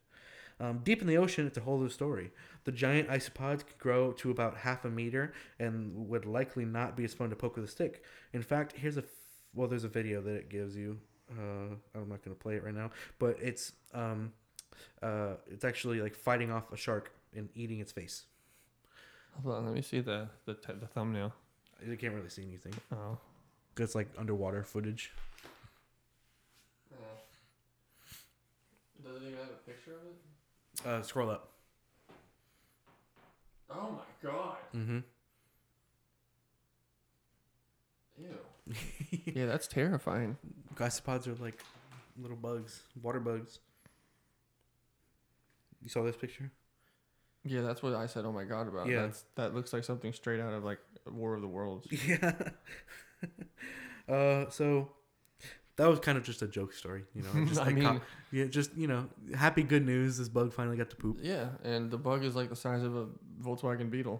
S4: Um, deep in the ocean, it's a whole new story. The giant isopods could grow to about half a meter and would likely not be as fun to poke with a stick. In fact, here's a f- well, there's a video that it gives you. Uh, I'm not going to play it right now, but it's um, uh, it's actually like fighting off a shark and eating its face.
S3: Hold on, let me see the the, t- the thumbnail.
S4: I can't really see anything.
S3: Oh.
S4: It's like underwater footage.
S3: Does it even have a picture of it?
S4: Uh, scroll up.
S3: Oh my god.
S4: Mm-hmm.
S3: Ew. yeah, that's terrifying.
S4: Isopods are like little bugs, water bugs. You saw this picture?
S3: Yeah, that's what I said. Oh my god, about
S4: Yeah.
S3: that's that looks like something straight out of like War of the Worlds.
S4: Yeah. uh, so that was kind of just a joke story, you know. Just
S3: I
S4: like co-
S3: mean-
S4: yeah, just you know, happy good news. This bug finally got to poop.
S3: Yeah, and the bug is like the size of a Volkswagen Beetle.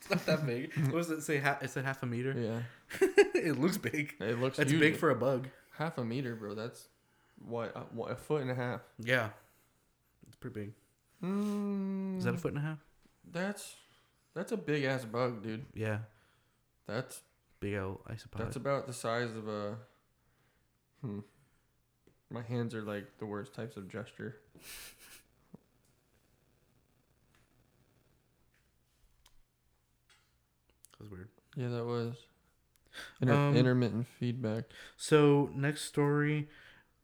S4: It's not that big. what does it say? Ha- it said half a meter.
S3: yeah,
S4: it looks big.
S3: it looks
S4: That's
S3: huge.
S4: big for a bug.
S3: half a meter, bro. That's what a, what, a foot and a half.
S4: Yeah, it's pretty big.
S3: Mm,
S4: Is that a foot and a half?
S3: that's that's a big ass bug, dude.
S4: Yeah,
S3: That's
S4: big old isopod.
S3: that's about the size of a. Hmm. My hands are like the worst types of gesture.
S4: was weird.
S3: Yeah, that was Inter-
S4: Um,
S3: intermittent feedback.
S4: So next story,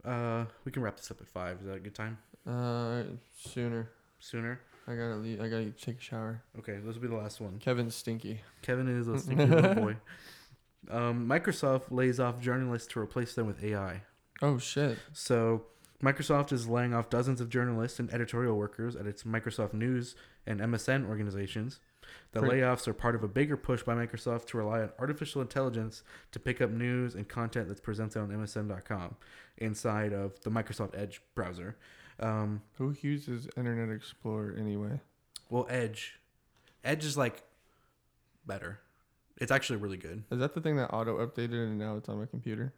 S4: uh, we can wrap this up at five. Is that a good time?
S3: Uh, sooner.
S4: Sooner.
S3: I gotta leave. I gotta take a shower.
S4: Okay, this will be the last one.
S3: Kevin's stinky.
S4: Kevin is a sneaky little boy. Um, Microsoft lays off journalists to replace them with AI.
S3: Oh shit.
S4: So Microsoft is laying off dozens of journalists and editorial workers at its Microsoft News and MSN organizations. The
S3: Pretty-
S4: layoffs are part of a bigger push by Microsoft to rely on artificial intelligence to pick up news and content that's presented on MSN.com inside of the Microsoft Edge browser. Um,
S3: Who uses Internet Explorer anyway?
S4: well, Edge, Edge is like better. It's actually really good.
S3: Is that the thing that auto updated and now it's on my computer?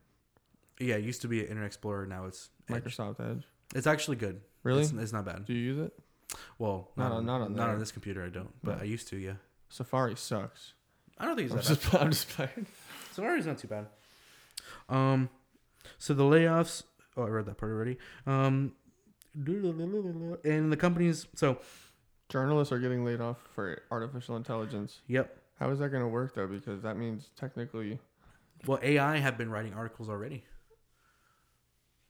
S4: Yeah, it used to be Internet Explorer. Now it's Edge.
S3: Microsoft Edge.
S4: It's actually good.
S3: Really?
S4: It's, it's not bad.
S3: Do you use it?
S4: Well,
S3: Not on- not on
S4: not on
S3: there.
S4: this computer. I don't, but I used to. Yeah,
S3: Safari sucks.
S4: I don't think
S3: I'm
S4: it's that.
S3: just, I'm just playing.
S4: bad. Sonari's not too bad. Um, so the layoffs. Oh, I read that part already. Um, and the companies. So
S3: Journalists are getting laid off for artificial intelligence.
S4: yep.
S3: How is that going to work though? Because that means technically,
S4: Well, AI have been writing articles already.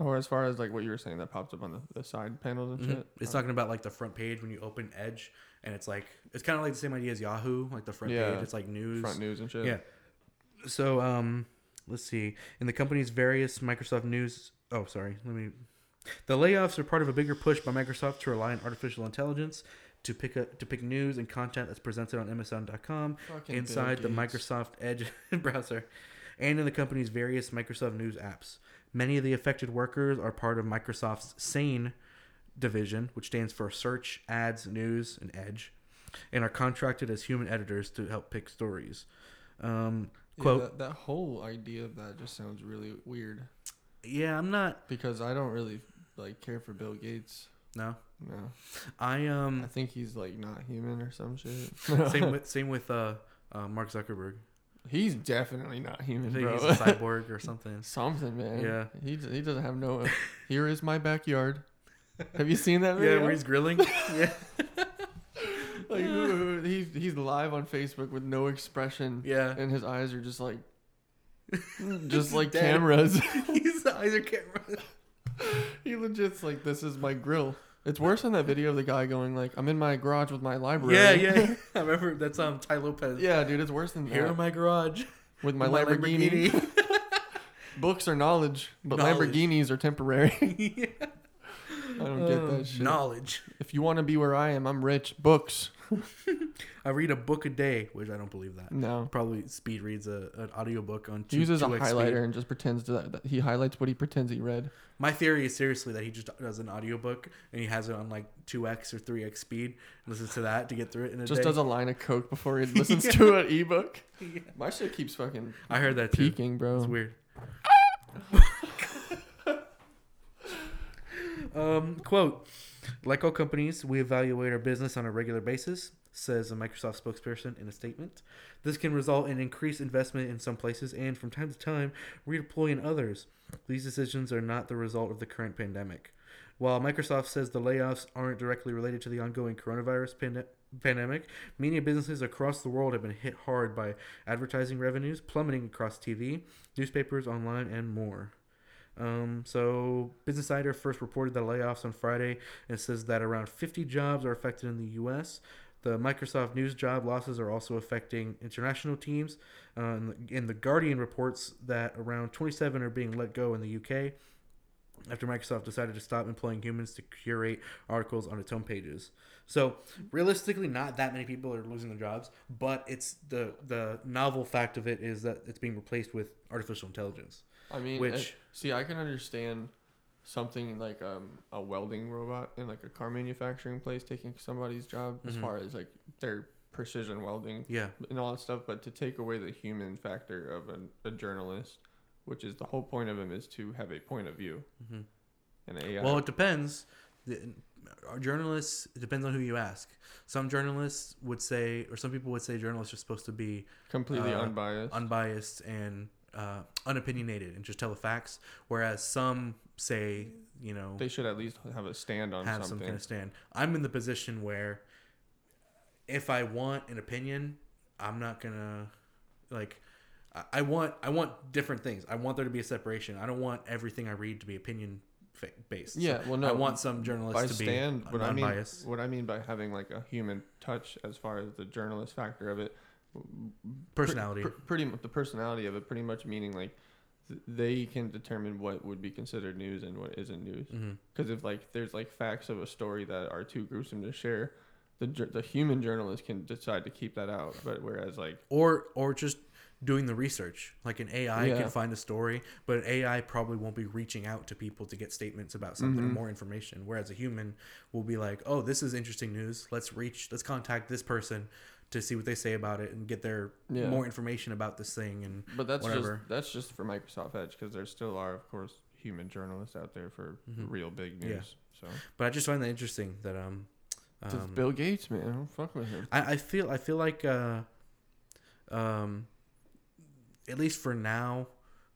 S3: or as far as like what you were saying, that pops up on the, the side panels and shit.
S4: It's talking about like the front page when you open Edge, and it's like it's kind of like the same idea as Yahoo, like the front
S3: Yeah.
S4: page. It's like news.
S3: Front news and shit.
S4: Yeah. So um, let's see. In the company's various Microsoft news. Oh, sorry. Let me. The layoffs are part of a bigger push by Microsoft to rely on artificial intelligence to pick up to pick news and content that's presented on MSN.com
S3: Fucking Bill
S4: inside the
S3: Gates.
S4: Microsoft Edge browser, and in the company's various Microsoft News apps. Many of the affected workers are part of Microsoft's SANE division, which stands for Search, Ads, News, and Edge, and are contracted as human editors to help pick stories. Um,
S3: Yeah,
S4: quote,
S3: that, that whole idea of that just sounds really weird
S4: Yeah, I'm not.
S3: because I don't really like care for Bill Gates.
S4: No,
S3: No,
S4: I
S3: I
S4: um.
S3: think he's like not human or some shit.
S4: Same with same with uh, uh Mark Zuckerberg.
S3: he's definitely not
S4: I
S3: human,
S4: think
S3: bro.
S4: he's a cyborg or something.
S3: Something, man.
S4: Yeah.
S3: he d- he doesn't have no. Here is my backyard. Have you seen that
S4: Yeah,
S3: video?
S4: where he's grilling. yeah,
S3: like who- who- he's he's live on Facebook with no expression.
S4: Yeah.
S3: and his eyes are just like, just like cameras.
S4: he's the either camera.
S3: he legit's like, this is my grill. It's worse than that video of the guy going like, I'm in my garage with my library.
S4: Yeah, yeah. I remember that's um Ty Lopez.
S3: yeah, dude. It's worse than
S4: Here
S3: that.
S4: in my garage.
S3: with my,
S4: My
S3: Lamborghini. Books are knowledge, but
S4: Knowledge.
S3: Lamborghinis are temporary.
S4: Lamborghini.
S3: I don't get
S4: Uh,
S3: that shit.
S4: Mm. Knowledge.
S3: If you want to be where I am, I'm rich. Books.
S4: I read a book a day, which I don't believe that.
S3: No.
S4: Probably speed reads a, an audiobook on two.
S3: He uses a
S4: 2x speed.
S3: highlighter and just pretends to that, that he highlights what he pretends he read.
S4: My theory is seriously that he just does an audiobook and he has it on like 2x or 3x speed, listens to that to get through it in a
S3: Just
S4: day.
S3: does a line of coke before he listens to an ebook. My shit keeps fucking
S4: I heard that too.
S3: peaking, bro.
S4: It's weird. um, quote Like all companies, we evaluate our business on a regular basis, says a Microsoft spokesperson in a statement. This can result in increased investment in some places and, from time to time, redeploy in others. These decisions are not the result of the current pandemic. While Microsoft says the layoffs aren't directly related to the ongoing coronavirus pande- pandemic, media businesses across the world have been hit hard by advertising revenues plummeting across TV, newspapers, online, and more. Um, so, Business Insider first reported the layoffs on Friday and says that around 50 jobs are affected in the U.S. The Microsoft News job losses are also affecting international teams. Uh, and, the, and The Guardian reports that around 27 are being let go in the U.K. after Microsoft decided to stop employing humans to curate articles on its homepages. So, realistically, not that many people are losing their jobs, but it's the, the novel fact of it is that it's being replaced with artificial intelligence.
S3: I mean,
S4: Which-
S3: I- see, I can understand something like um, a welding robot in like a car manufacturing place taking somebody's job as far as like their precision welding
S4: Mm-hmm. Yeah.
S3: and all that stuff, but to take away the human factor of an, a journalist, which is the whole point of him is to have a point of view. And AI,
S4: Mm-hmm. Well, it depends. The, our journalists, it depends on who you ask. Some journalists would say, or some people would say, journalists are supposed to be
S3: completely
S4: uh,
S3: unbiased.
S4: unbiased and uh, unopinionated and just tell the facts. Whereas some say, you know,
S3: they should at least have a stand on
S4: have some
S3: something.
S4: kind of stand. I'm in the position where if I want an opinion, I'm not gonna like. I- I want I want different things. I want there to be a separation. I don't want everything I read to be opinion fa- based. So
S3: Yeah, well, no,
S4: I want some
S3: By
S4: journalists to
S3: stand,
S4: be
S3: what I mean,
S4: unbiased.
S3: what I mean by having like a human touch, as far as the journalist factor of it, pre-
S4: personality.
S3: pre- pretty much the personality of it, pretty much meaning like th- they can determine what would be considered news and what isn't news.
S4: Mm-hmm.
S3: Because if like there's like facts of a story that are too gruesome to share, the jour- the human journalist can decide to keep that out. But whereas like
S4: or or just doing the research like an ai
S3: Yeah.
S4: can find a story but an ai probably won't be reaching out to people to get statements about something
S3: Mm-hmm.
S4: or more information whereas a human will be like oh this is interesting news let's reach let's contact this person to see what they say about it and get their
S3: Yeah.
S4: more information about this thing and
S3: But that's
S4: whatever
S3: just that's just for Microsoft Edge because there still are, of course, human journalists out there for real big
S4: Mm-hmm. Yeah.
S3: news. So
S4: but i just find that interesting that um,
S3: It's
S4: um
S3: Bill Gates, man, don't fuck with him.
S4: I, I feel I feel like uh, um, at least for now.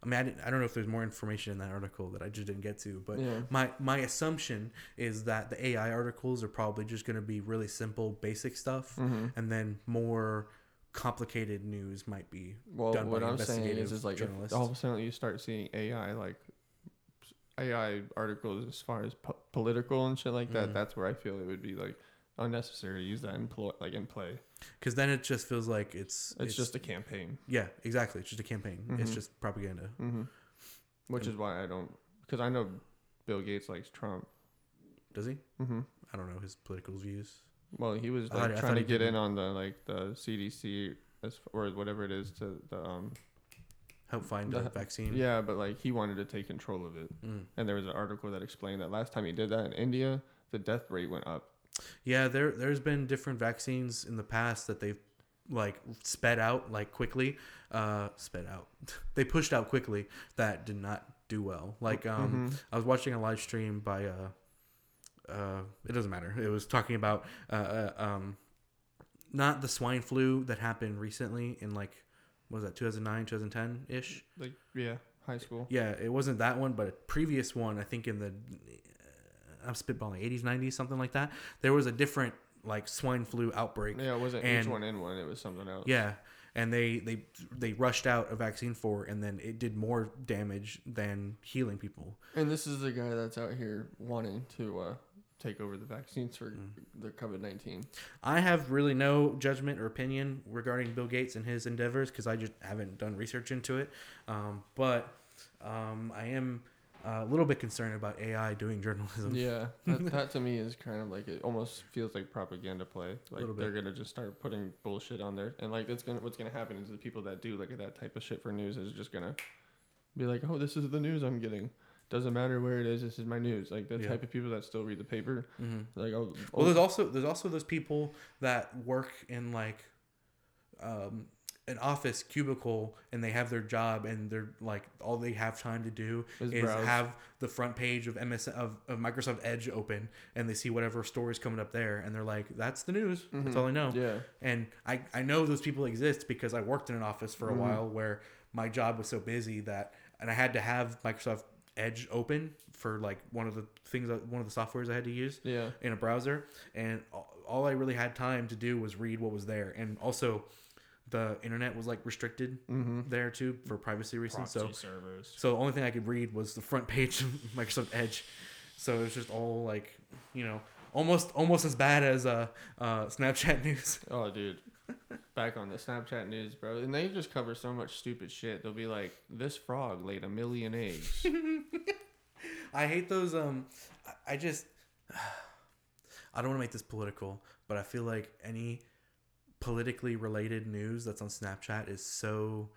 S4: I mean, I, didn't, I don't know if there's more information in that article that I just didn't get to, but
S3: Yeah.
S4: my my assumption is that the AI articles are probably just going to be really simple, basic stuff,
S3: Mm-hmm.
S4: and then more complicated news might be
S3: Well,
S4: done
S3: what
S4: by
S3: I'm saying
S4: investigative
S3: is, is like if
S4: journalists.
S3: all of a sudden you start seeing AI like AI articles as far as po- political and shit like that.
S4: Mm-hmm.
S3: That's where I feel it would be like unnecessary to use that in pl- like in play.
S4: because then it just feels like it's
S3: It's, just a Mm-hmm. campaign,
S4: yeah, exactly. It's just a campaign. It's just propaganda.
S3: Mm-hmm. which is why I don't because I know Bill Gates likes Trump.
S4: Does he?
S3: hmm
S4: I don't know his political views.
S3: Well, he was
S4: Oh, I thought-
S3: like,
S4: I
S3: trying
S4: thought
S3: to
S4: he
S3: get
S4: did
S3: in on the like the CDC as, or whatever it is to the um
S4: Help find a
S3: The-
S4: vaccine.
S3: yeah, but like he wanted to take control of it,
S4: Mm.
S3: and there was an article that explained that last time he did that in India, the death rate went up.
S4: Yeah, there there's been different vaccines in the past that they've like sped out like quickly, uh, sped out. they pushed out quickly that did not do well. Like um, I was watching a live stream by uh, uh, it doesn't matter. It was talking about uh, uh, um, not the swine flu that happened recently in like what was that 2009 2010 ish.
S3: Like yeah, high school.
S4: Yeah, it wasn't that one, but a previous one, I think in the uh, I'm spitballing 80s, 90s, something like that. There was a different like swine flu outbreak.
S3: Yeah, it wasn't
S4: And-
S3: H1N1. It was something else.
S4: Yeah, and they they they rushed out a vaccine for, it, and then it did more damage than healing people.
S3: and this is the guy that's out here wanting to uh, take over the vaccines for
S4: Mm.
S3: the COVID nineteen.
S4: I have really no judgment or opinion regarding Bill Gates and his endeavors because I just haven't done research into it. Um, but um, I am uh, a little bit concerned about AI doing journalism.
S3: Yeah, that, that to me is kind of like it almost feels like propaganda play. Like
S4: Little
S3: they're
S4: bit.
S3: gonna just start putting bullshit on there, and like that's gonna what's gonna happen is the people that do look at that type of shit for news is just gonna be like, oh, this is the news I'm getting. Doesn't matter where it is, this is my news. Like the
S4: Yeah. Mm-hmm.
S3: type of people that still read the paper, like oh,
S4: Well, there's also there's also those people that work in like um, an office cubicle, and they have their job, and they're like all they have time to do
S3: Is
S4: is,
S3: browse.
S4: have the front page of MS of, of Microsoft Edge open, and they see whatever stories coming up there, and they're like, "That's the news. That's all I know."
S3: Mm-hmm. Yeah.
S4: and I I know those people exist because I worked in an office for a while where my job was so busy that and I had to have Microsoft Edge open for like one of the things that one of the softwares I had to use
S3: Yeah.
S4: in a browser and all- all I really had time to do was read what was there and also the internet was like restricted there too for privacy reasons so
S5: servers.
S4: so the only thing I could read was the front page of Microsoft Edge so it was just all like you know almost almost as bad as uh, uh Snapchat news
S3: Oh, dude. Back on the Snapchat news, bro. And they just cover so much stupid shit. They'll be like, this frog laid a million eggs.
S4: I hate those. Um, I- I just I don't want to make this political, but I feel like any politically related news that's on Snapchat is so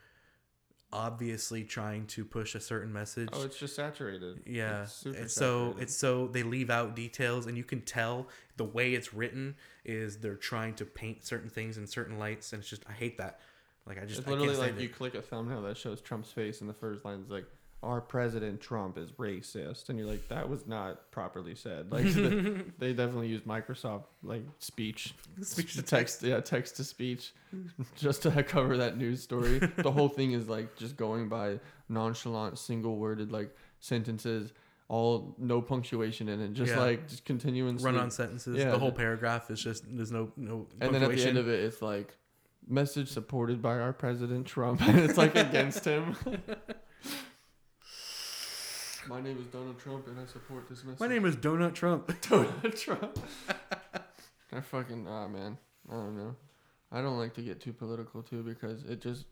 S4: obviously trying to push a certain message.
S3: oh, it's just saturated.
S4: yeah,
S3: It's super
S4: it's so
S3: saturated.
S4: it's so they leave out details, and you can tell the way it's written is they're trying to paint certain things in certain lights, and it's just I hate that. Like I just
S3: It's
S4: I can't
S3: literally
S4: stand
S3: like you
S4: it.
S3: click a thumbnail that shows Trump's face, and the first line is like, "Our president Trump is racist," and you're like, "That was not properly said." Like the, they definitely used Microsoft like speech,
S4: Speech to Mm.
S3: text, yeah, text to speech, just to cover that news story. the whole thing is like just going by nonchalant, single worded like sentences, all no punctuation in it, just
S4: Yeah.
S3: like just continuing
S4: run on
S3: sentence
S4: sentences.
S3: Yeah,
S4: the whole
S3: the-
S4: paragraph is just there's no no.
S3: and then at the
S4: punctuation.
S3: end of it, it's like message supported by our president Trump, and it's like against him. My name is Donald Trump, and I support this message.
S4: My name is Donut Trump.
S3: Donald Trump. I fucking ah man, I don't know. I don't like to get too political too because it just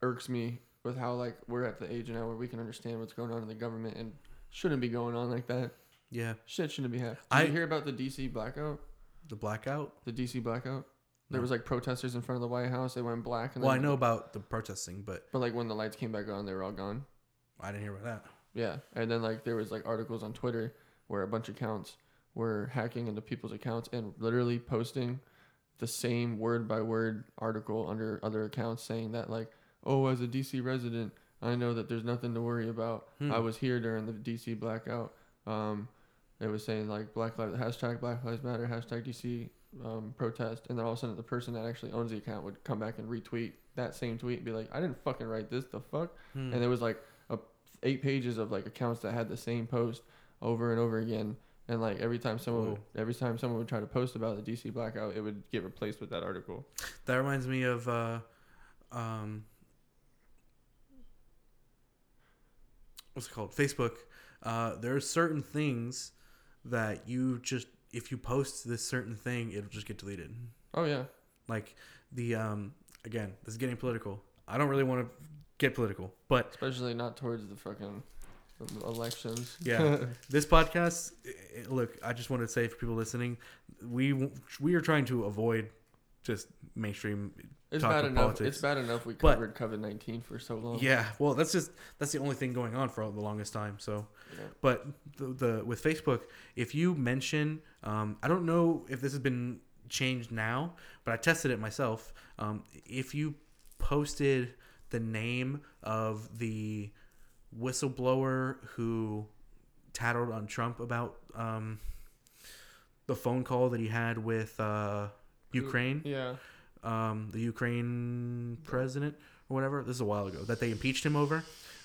S3: irks me with how like we're at the age now where we can understand what's going on in the government and shouldn't be going on like that.
S4: yeah,
S3: Shit shouldn't be happening. Did
S4: I-
S3: you hear about the DC blackout?
S4: the blackout.
S3: The DC blackout. There was like protesters in front of the White House. They went black. And
S4: Well, I
S3: then-
S4: know about the protesting, but
S3: But like when the lights came back on, they were all gone.
S4: I didn't hear about that.
S3: Yeah, and then like there was like articles on Twitter where a bunch of accounts were hacking into people's accounts and literally posting the same word by word article under other accounts saying that like, oh, as a DC resident, I know that there's nothing to worry about. I was here during the DC blackout. Um, it was saying like Black Lives hashtag Black Lives Matter hashtag DC um, protest, and then all of a sudden the person that actually owns the account would come back and retweet that same tweet and be like, I didn't fucking write this, the fuck. And there was like a, eight pages of like accounts that had the same post over and over again, and like every time someone would, every time someone would try to post about the DC blackout, it would get replaced with that article.
S4: That reminds me of uh, um, what's it called? Facebook. Uh, there are certain things that you just if you post this certain thing, it'll just get deleted.
S3: Oh yeah,
S4: Like the um, again, this is getting political. I don't really want to get political, but
S3: especially not towards the fucking um, elections.
S4: yeah, this podcast. i- i- Look, I just want to say for people listening, we w- we are trying to avoid just mainstream
S3: It's
S4: talk
S3: bad
S4: of
S3: enough.
S4: politics.
S3: It's bad enough we
S4: But-
S3: covered COVID nineteen for so long.
S4: Yeah, well, that's just that's the only thing going on for the longest time. So, but the, the with Facebook, if you mention, um, I don't know if this has been changed now, but I tested it myself. Um, if you posted the name of the whistleblower who tattled on Trump about um, the phone call that he had with uh, Ukraine,
S3: Yeah.
S4: um, the Ukraine president or whatever. This is a while ago that they impeached him over,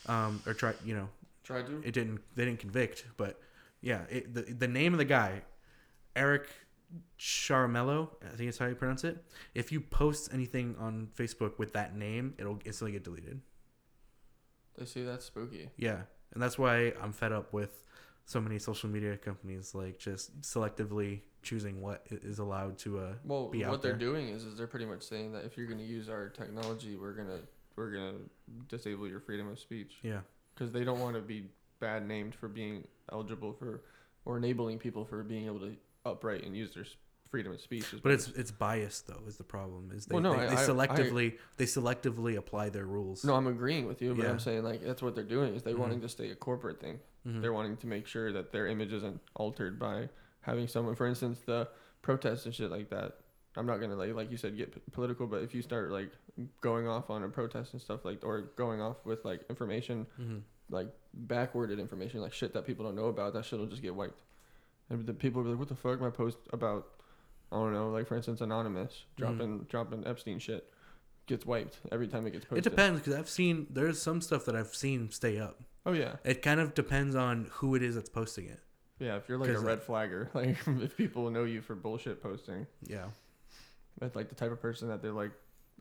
S4: um, or tried. You know,
S3: Tried to.
S4: it didn't. They didn't convict, but yeah, it, the the name of the guy, Eric Charmello, I think is how you pronounce it. If you post anything on Facebook with that name, it'll instantly get deleted.
S3: They see that's spooky.
S4: Yeah, and that's why I'm fed up with so many social media companies like just selectively choosing what i- is allowed to uh,
S3: Well,
S4: be out
S3: what
S4: there.
S3: they're doing is, is they're pretty much saying that if you're going to use our technology, we're gonna we're gonna disable your freedom of speech
S4: Yeah,
S3: because they don't want to be bad named for being eligible for or enabling people for being able to upright and use their s- freedom of speech. is
S4: But
S3: what-
S4: it's it's biased though is the problem is they,
S3: Well, no,
S4: they,
S3: I-
S4: they
S3: I-
S4: selectively they selectively apply their rules.
S3: no, I'm agreeing with you, but
S4: Yeah. Mm-hmm.
S3: I'm saying like that's what they're doing is they wanting to stay a corporate thing. They're wanting to make sure that their image isn't altered by having someone, for instance, the protests and shit like that. I'm not gonna like like you said get p- political, but if you start like going off on a protest and stuff like or going off with like information,
S4: Mm-hmm.
S3: like backwarded information, like shit that people don't know about, that shit will just get wiped. And the people will be like, "What the fuck?" My post about I don't know, like for instance, anonymous
S4: Mm-hmm.
S3: dropping dropping Epstein shit gets wiped every time it gets
S4: it
S3: posted.
S4: depends because I've seen there's some stuff that I've seen stay up.
S3: Oh yeah,
S4: It kind of depends on who it is that's posting it.
S3: yeah. If you're like a
S4: 'Cause, uh,
S3: red flagger, like if people know you for bullshit posting,
S4: Yeah,
S3: that's like the type of person that they're like,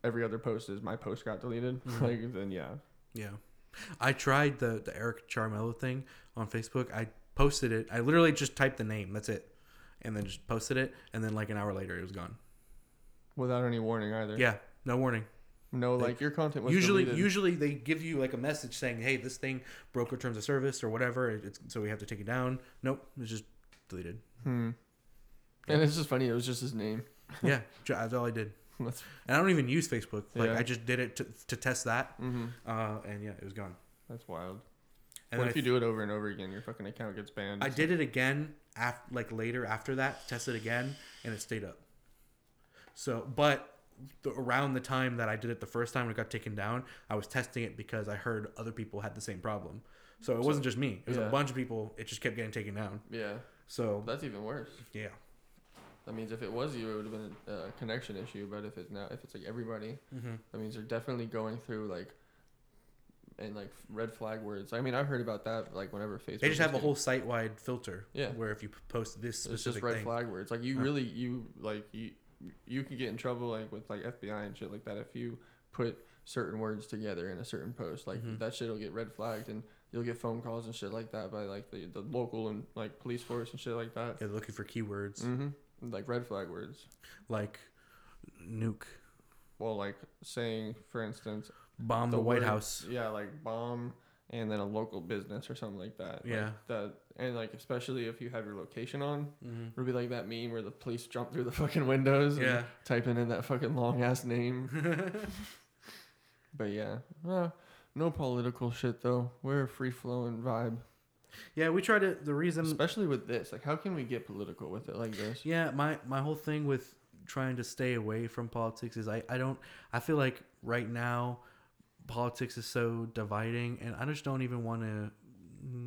S3: every other post is my post got deleted.
S4: Mm-hmm.
S3: Like then yeah,
S4: yeah. I tried the the Eric Charmello thing on Facebook. I posted it. I literally just typed the name. That's it, and then just posted it. And then like an hour later, it was gone.
S3: without any warning either.
S4: Yeah, no warning.
S3: No, like your content was
S4: usually,
S3: deleted.
S4: usually they give you like a message saying, "Hey, this thing broke our terms of service or whatever. It, it's, so we have to take it down." Nope, it's just deleted.
S3: and it's just funny. It was just his name.
S4: yeah, ju- that's all I did.
S3: That's-
S4: And I don't even use Facebook. Like
S3: Yeah. Mm-hmm.
S4: I just did it to, to test that, uh, and yeah, it was gone.
S3: That's wild.
S4: And
S3: what
S4: then
S3: if
S4: I,
S3: you do it over and over again? Your fucking account gets banned.
S4: I did it again, af- like later after that, tested again, and it stayed up. So, but the, around the time that I did it the first time when it got taken down, I was testing it because I heard other people had the same problem. So it wasn't just me; it was
S3: yeah.
S4: a bunch of people. It just kept getting taken down.
S3: Yeah,
S4: So
S3: that's even worse.
S4: yeah,
S3: That means if it was you, it would have been a connection issue. But if it's now, if it's like everybody,
S4: Mm-hmm.
S3: that means they're definitely going through like and like red flag words. I mean, I've heard about that like whenever Facebook.
S4: they
S3: was
S4: just have a
S3: getting-
S4: whole site-wide filter.
S3: Yeah.
S4: where if you p- post this
S3: It's just
S4: specific
S3: red
S4: thing,
S3: flag words. Like you really, you like you you could get in trouble like with like FBI and shit like that if you put certain words together in a certain post. Like
S4: Mm-hmm.
S3: that shit will get red flagged and you'll get phone calls and shit like that by like the, the local and like police force and shit like that.
S4: Yeah, they're looking for keywords
S3: hmm Like red flag words.
S4: like nuke,
S3: Well, like saying, for instance,
S4: bomb the, White
S3: word-
S4: House.
S3: Yeah, like bomb and then a local business or something like that. Like,
S4: Yeah.
S3: that and like especially if you have your location on, it'll be like that meme where the police jump through the fucking windows and
S4: Mm-hmm. Yeah.
S3: typing in that fucking long ass name. but yeah. Uh, no political shit though. We're a free flowing vibe.
S4: Yeah, we try to. The reason
S3: Especially with this. Like how can we get political with it like this?
S4: Yeah, my my whole thing with trying to stay away from politics is I I don't I feel like right now politics is so dividing and I just don't even want to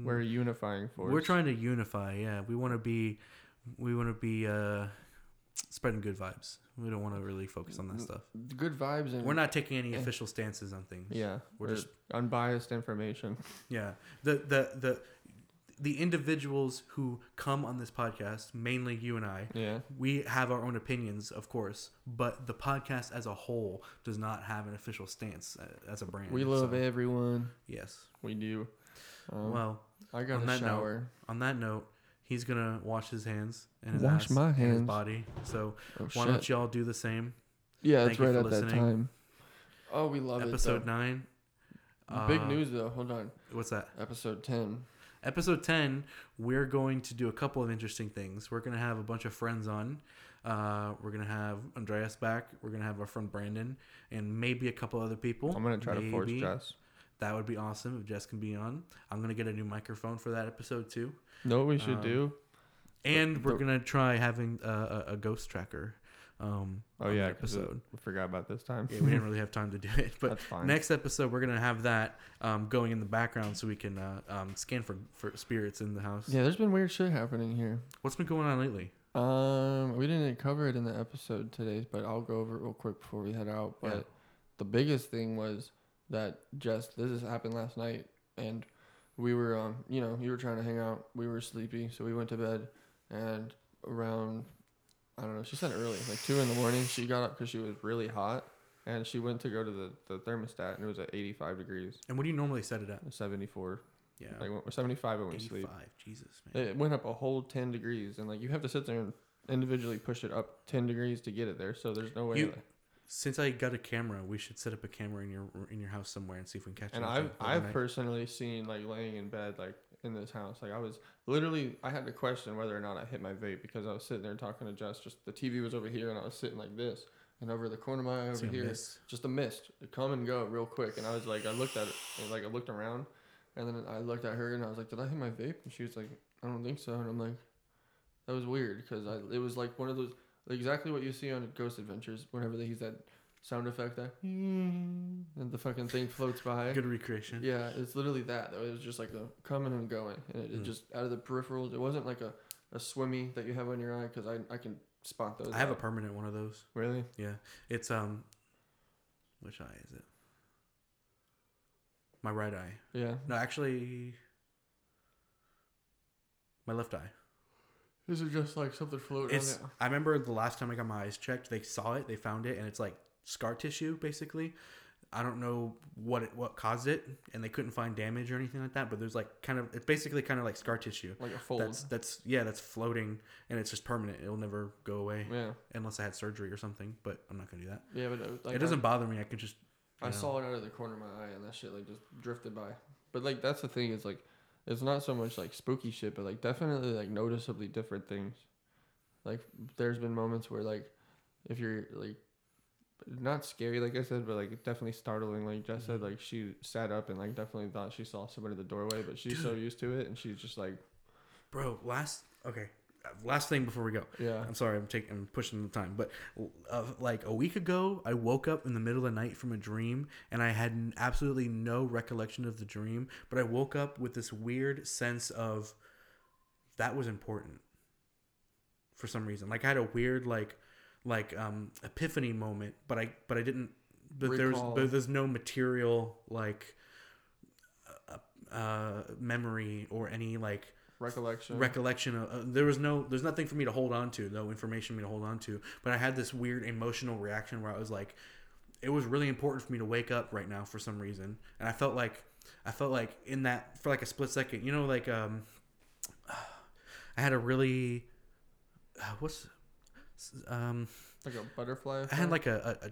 S3: We're a unifying force.
S4: Mm. we're trying to unify. Yeah, we want to be we want to be uh spreading good vibes. We don't want to really focus on that stuff.
S3: good vibes and
S4: We're not taking any official stances on things.
S3: yeah.
S4: We're
S3: We're
S4: just-
S3: just unbiased information.
S4: Yeah. The the the the individuals who come on this podcast, mainly you and I,
S3: Yeah.
S4: we have our own opinions, of course, but the podcast as a whole does not have an official stance uh, as a brand.
S3: We love
S4: so-
S3: everyone.
S4: Yes.
S3: We do. Um,
S4: Well,
S3: I got
S4: on
S3: a
S4: that note-
S3: shower.
S4: on that note, he's gonna wash his hands and his
S3: Wash
S4: ass
S3: my
S4: and his
S3: hands.
S4: body. So
S3: Oh,
S4: why
S3: shit.
S4: don't y'all do the same?
S3: Yeah,
S4: Thank
S3: that's
S4: you
S3: right
S4: for
S3: at that
S4: listening.
S3: time. Oh, we love
S4: Episode
S3: it.
S4: nine.
S3: though. Big
S4: uh,
S3: news though. Hold on.
S4: What's that?
S3: Episode ten.
S4: episode 10 we're going to do a couple of interesting things we're going to have a bunch of friends on uh, we're going to have andreas back we're going to have our friend brandon and maybe a couple other people
S3: I'm gonna try to force
S4: Maybe.
S3: Jess.
S4: that would be awesome if jess can be on i'm going to get a new microphone for that episode too
S3: Know what we
S4: Um,
S3: should do?
S4: and we're
S3: the-
S4: going to try having a, a, a ghost tracker um,
S3: Oh
S4: on the
S3: yeah, 'cause it-
S4: episode
S3: we forgot about this time.
S4: yeah, we didn't really have time to do it, but
S3: That's fine.
S4: next episode we're gonna have that um, going in the background so we can uh, um, scan for, for spirits in the house.
S3: yeah, there's been weird shit happening here.
S4: What's been going on lately?
S3: Um, we didn't cover it in the episode today, but I'll go over it real quick before we head out.
S4: Yeah.
S3: But the biggest thing was that just this has happened last night, and we were um, you know, you were trying to hang out, we were sleepy, so we went to bed, and around, I don't know, she said early, like two in the morning, she got up because she was really hot, and she went to go to the the thermostat, and it was at eighty five degrees,
S4: And what do you normally set it at?
S3: seventy four,
S4: Yeah.
S3: like when- or seventy five when we
S4: 85.
S3: sleep.
S4: Jesus, man.
S3: It went up a whole 10 degrees, and like you have to sit there and individually push it up 10 degrees to get it there. So there's no way.
S4: You-
S3: like-
S4: Since I got a camera, we should set up a camera in your in your house somewhere and see if we can catch
S3: and
S4: anything
S3: I've
S4: for the
S3: I've
S4: night.
S3: personally seen like laying in bed like in this house. Like I was literally I had to question whether or not I hit my vape because I was sitting there talking to Jess. Just the TV was over here, and I was sitting like this, and over the corner of my eye over
S4: See a
S3: here,
S4: mist.
S3: just a mist, it come and go real quick. And I was like, I looked at it, and like I looked around, and then I looked at her, and I was like, Did I hit my vape? And she was like, I don't think so. And I'm like, That was weird because I it was like one of those exactly what you see on Ghost Adventures whenever they use that. Sound effect there, and the fucking thing floats by.
S4: Good recreation.
S3: Yeah, it's literally that. Though. It was just like a coming and going, and
S4: Mm.
S3: it, it just out of the peripherals. It wasn't like a, a swimmy that you have on your eye because I I can spot those.
S4: I have a
S3: out.
S4: permanent one of those.
S3: really.
S4: Yeah. It's um which eye is it? My right eye.
S3: Yeah,
S4: No, actually my left eye.
S3: these are just like something floating.
S4: It's
S3: on it.
S4: I remember the last time I got my eyes checked, they saw it, they found it, and it's like scar tissue basically. I don't know what it, what caused it, and they couldn't find damage or anything like that. But there's like kind of it's basically kind of like scar tissue.
S3: Like a fold.
S4: That's that's yeah, that's floating, and it's just permanent. It'll never go away
S3: Yeah,
S4: unless I had surgery or something. But I'm not gonna do that.
S3: yeah, but it, like,
S4: it doesn't bother me. I could just
S3: I,
S4: you know.
S3: saw it out of the corner of my eye, and that shit like just drifted by. But like that's the thing is like, it's not so much like spooky shit, but like definitely like noticeably different things. Like there's been moments where like, if you're like. Not scary, like I said, but like definitely startling. Like Jess
S4: Mm-hmm.
S3: said, like she sat up and like definitely thought she saw somebody in the doorway, but she's so used to it, and she's just like,
S4: bro. Last okay, uh, last thing before we go.
S3: Yeah.
S4: I'm sorry. I'm taking. I'm pushing the time, but uh, like a week ago, I woke up in the middle of the night from a dream, and I had n- absolutely no recollection of the dream. But I woke up with this weird sense of that was important for some reason. Like I had a weird like like um epiphany moment, but I but I didn't. But there's
S3: Recall.
S4: but there's no material like uh, uh, memory or any like
S3: recollection.
S4: recollection of, uh, there was no there's nothing for me to hold on to no information for me to hold on to but i had this weird emotional reaction where i was like it was really important for me to wake up right now for some reason and i felt like i felt like in that for like a split second you know like um i had a really uh, what's um
S3: like a butterfly.
S4: I had like a, a, a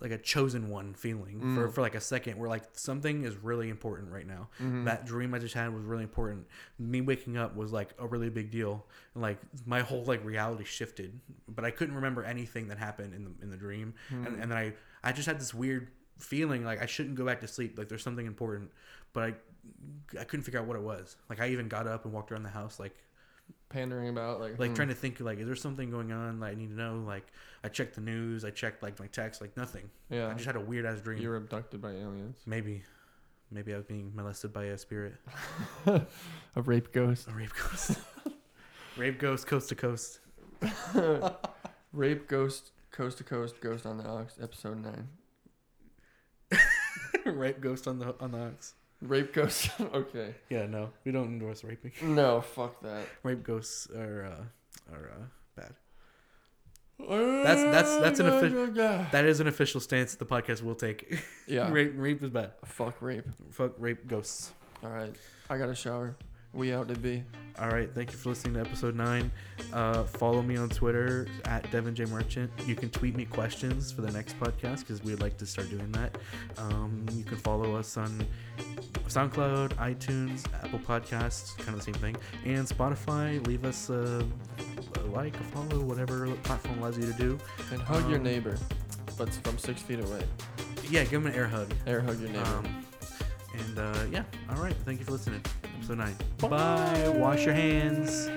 S4: like a chosen one feeling for, for like a second where like something is really important right now. That dream I just had was really important. Me waking up was like a really big deal. And like my whole like reality shifted. But I couldn't remember anything that happened in the in the dream. And and then I, I just had this weird feeling like I shouldn't go back to sleep. Like there's something important. But I I couldn't figure out what it was. Like I even got up and walked around the house like
S3: pandering about like
S4: like
S3: hmm.
S4: trying to think like is there something going on that i need to know like i checked the news i checked like my text like nothing
S3: Yeah.
S4: i just had a weird ass dream
S3: you were abducted by aliens.
S4: maybe maybe i was being molested by a spirit
S3: a rape ghost.
S4: a rape ghost rape ghost coast to coast
S3: Rape ghost coast to coast ghost on the ox episode 9.
S4: rape ghost on the on the ox
S3: Rape ghost. okay.
S4: yeah no we don't endorse raping
S3: No, fuck that.
S4: rape ghosts are uh are uh bad that's that's that's an official that is an official stance the podcast will take
S3: Yeah.
S4: rape rape is bad
S3: Fuck rape.
S4: fuck rape ghosts
S3: All right. I got a shower. We out to be.
S4: All right, thank you for listening to episode nine. Uh, follow me on Twitter at Devin J Merchant. You can tweet me questions for the next podcast because we'd like to start doing that. Um, you can follow us on SoundCloud, iTunes, Apple Podcasts, kind of the same thing, and Spotify. Leave us a, a like, a follow, whatever platform allows you to do.
S3: And hug your
S4: Um,
S3: neighbor, but from six feet away.
S4: Yeah, give them an air hug.
S3: Air hug your neighbor.
S4: Um, and uh, yeah, all right, thank you for listening. Episode nine. Bye. Wash your hands.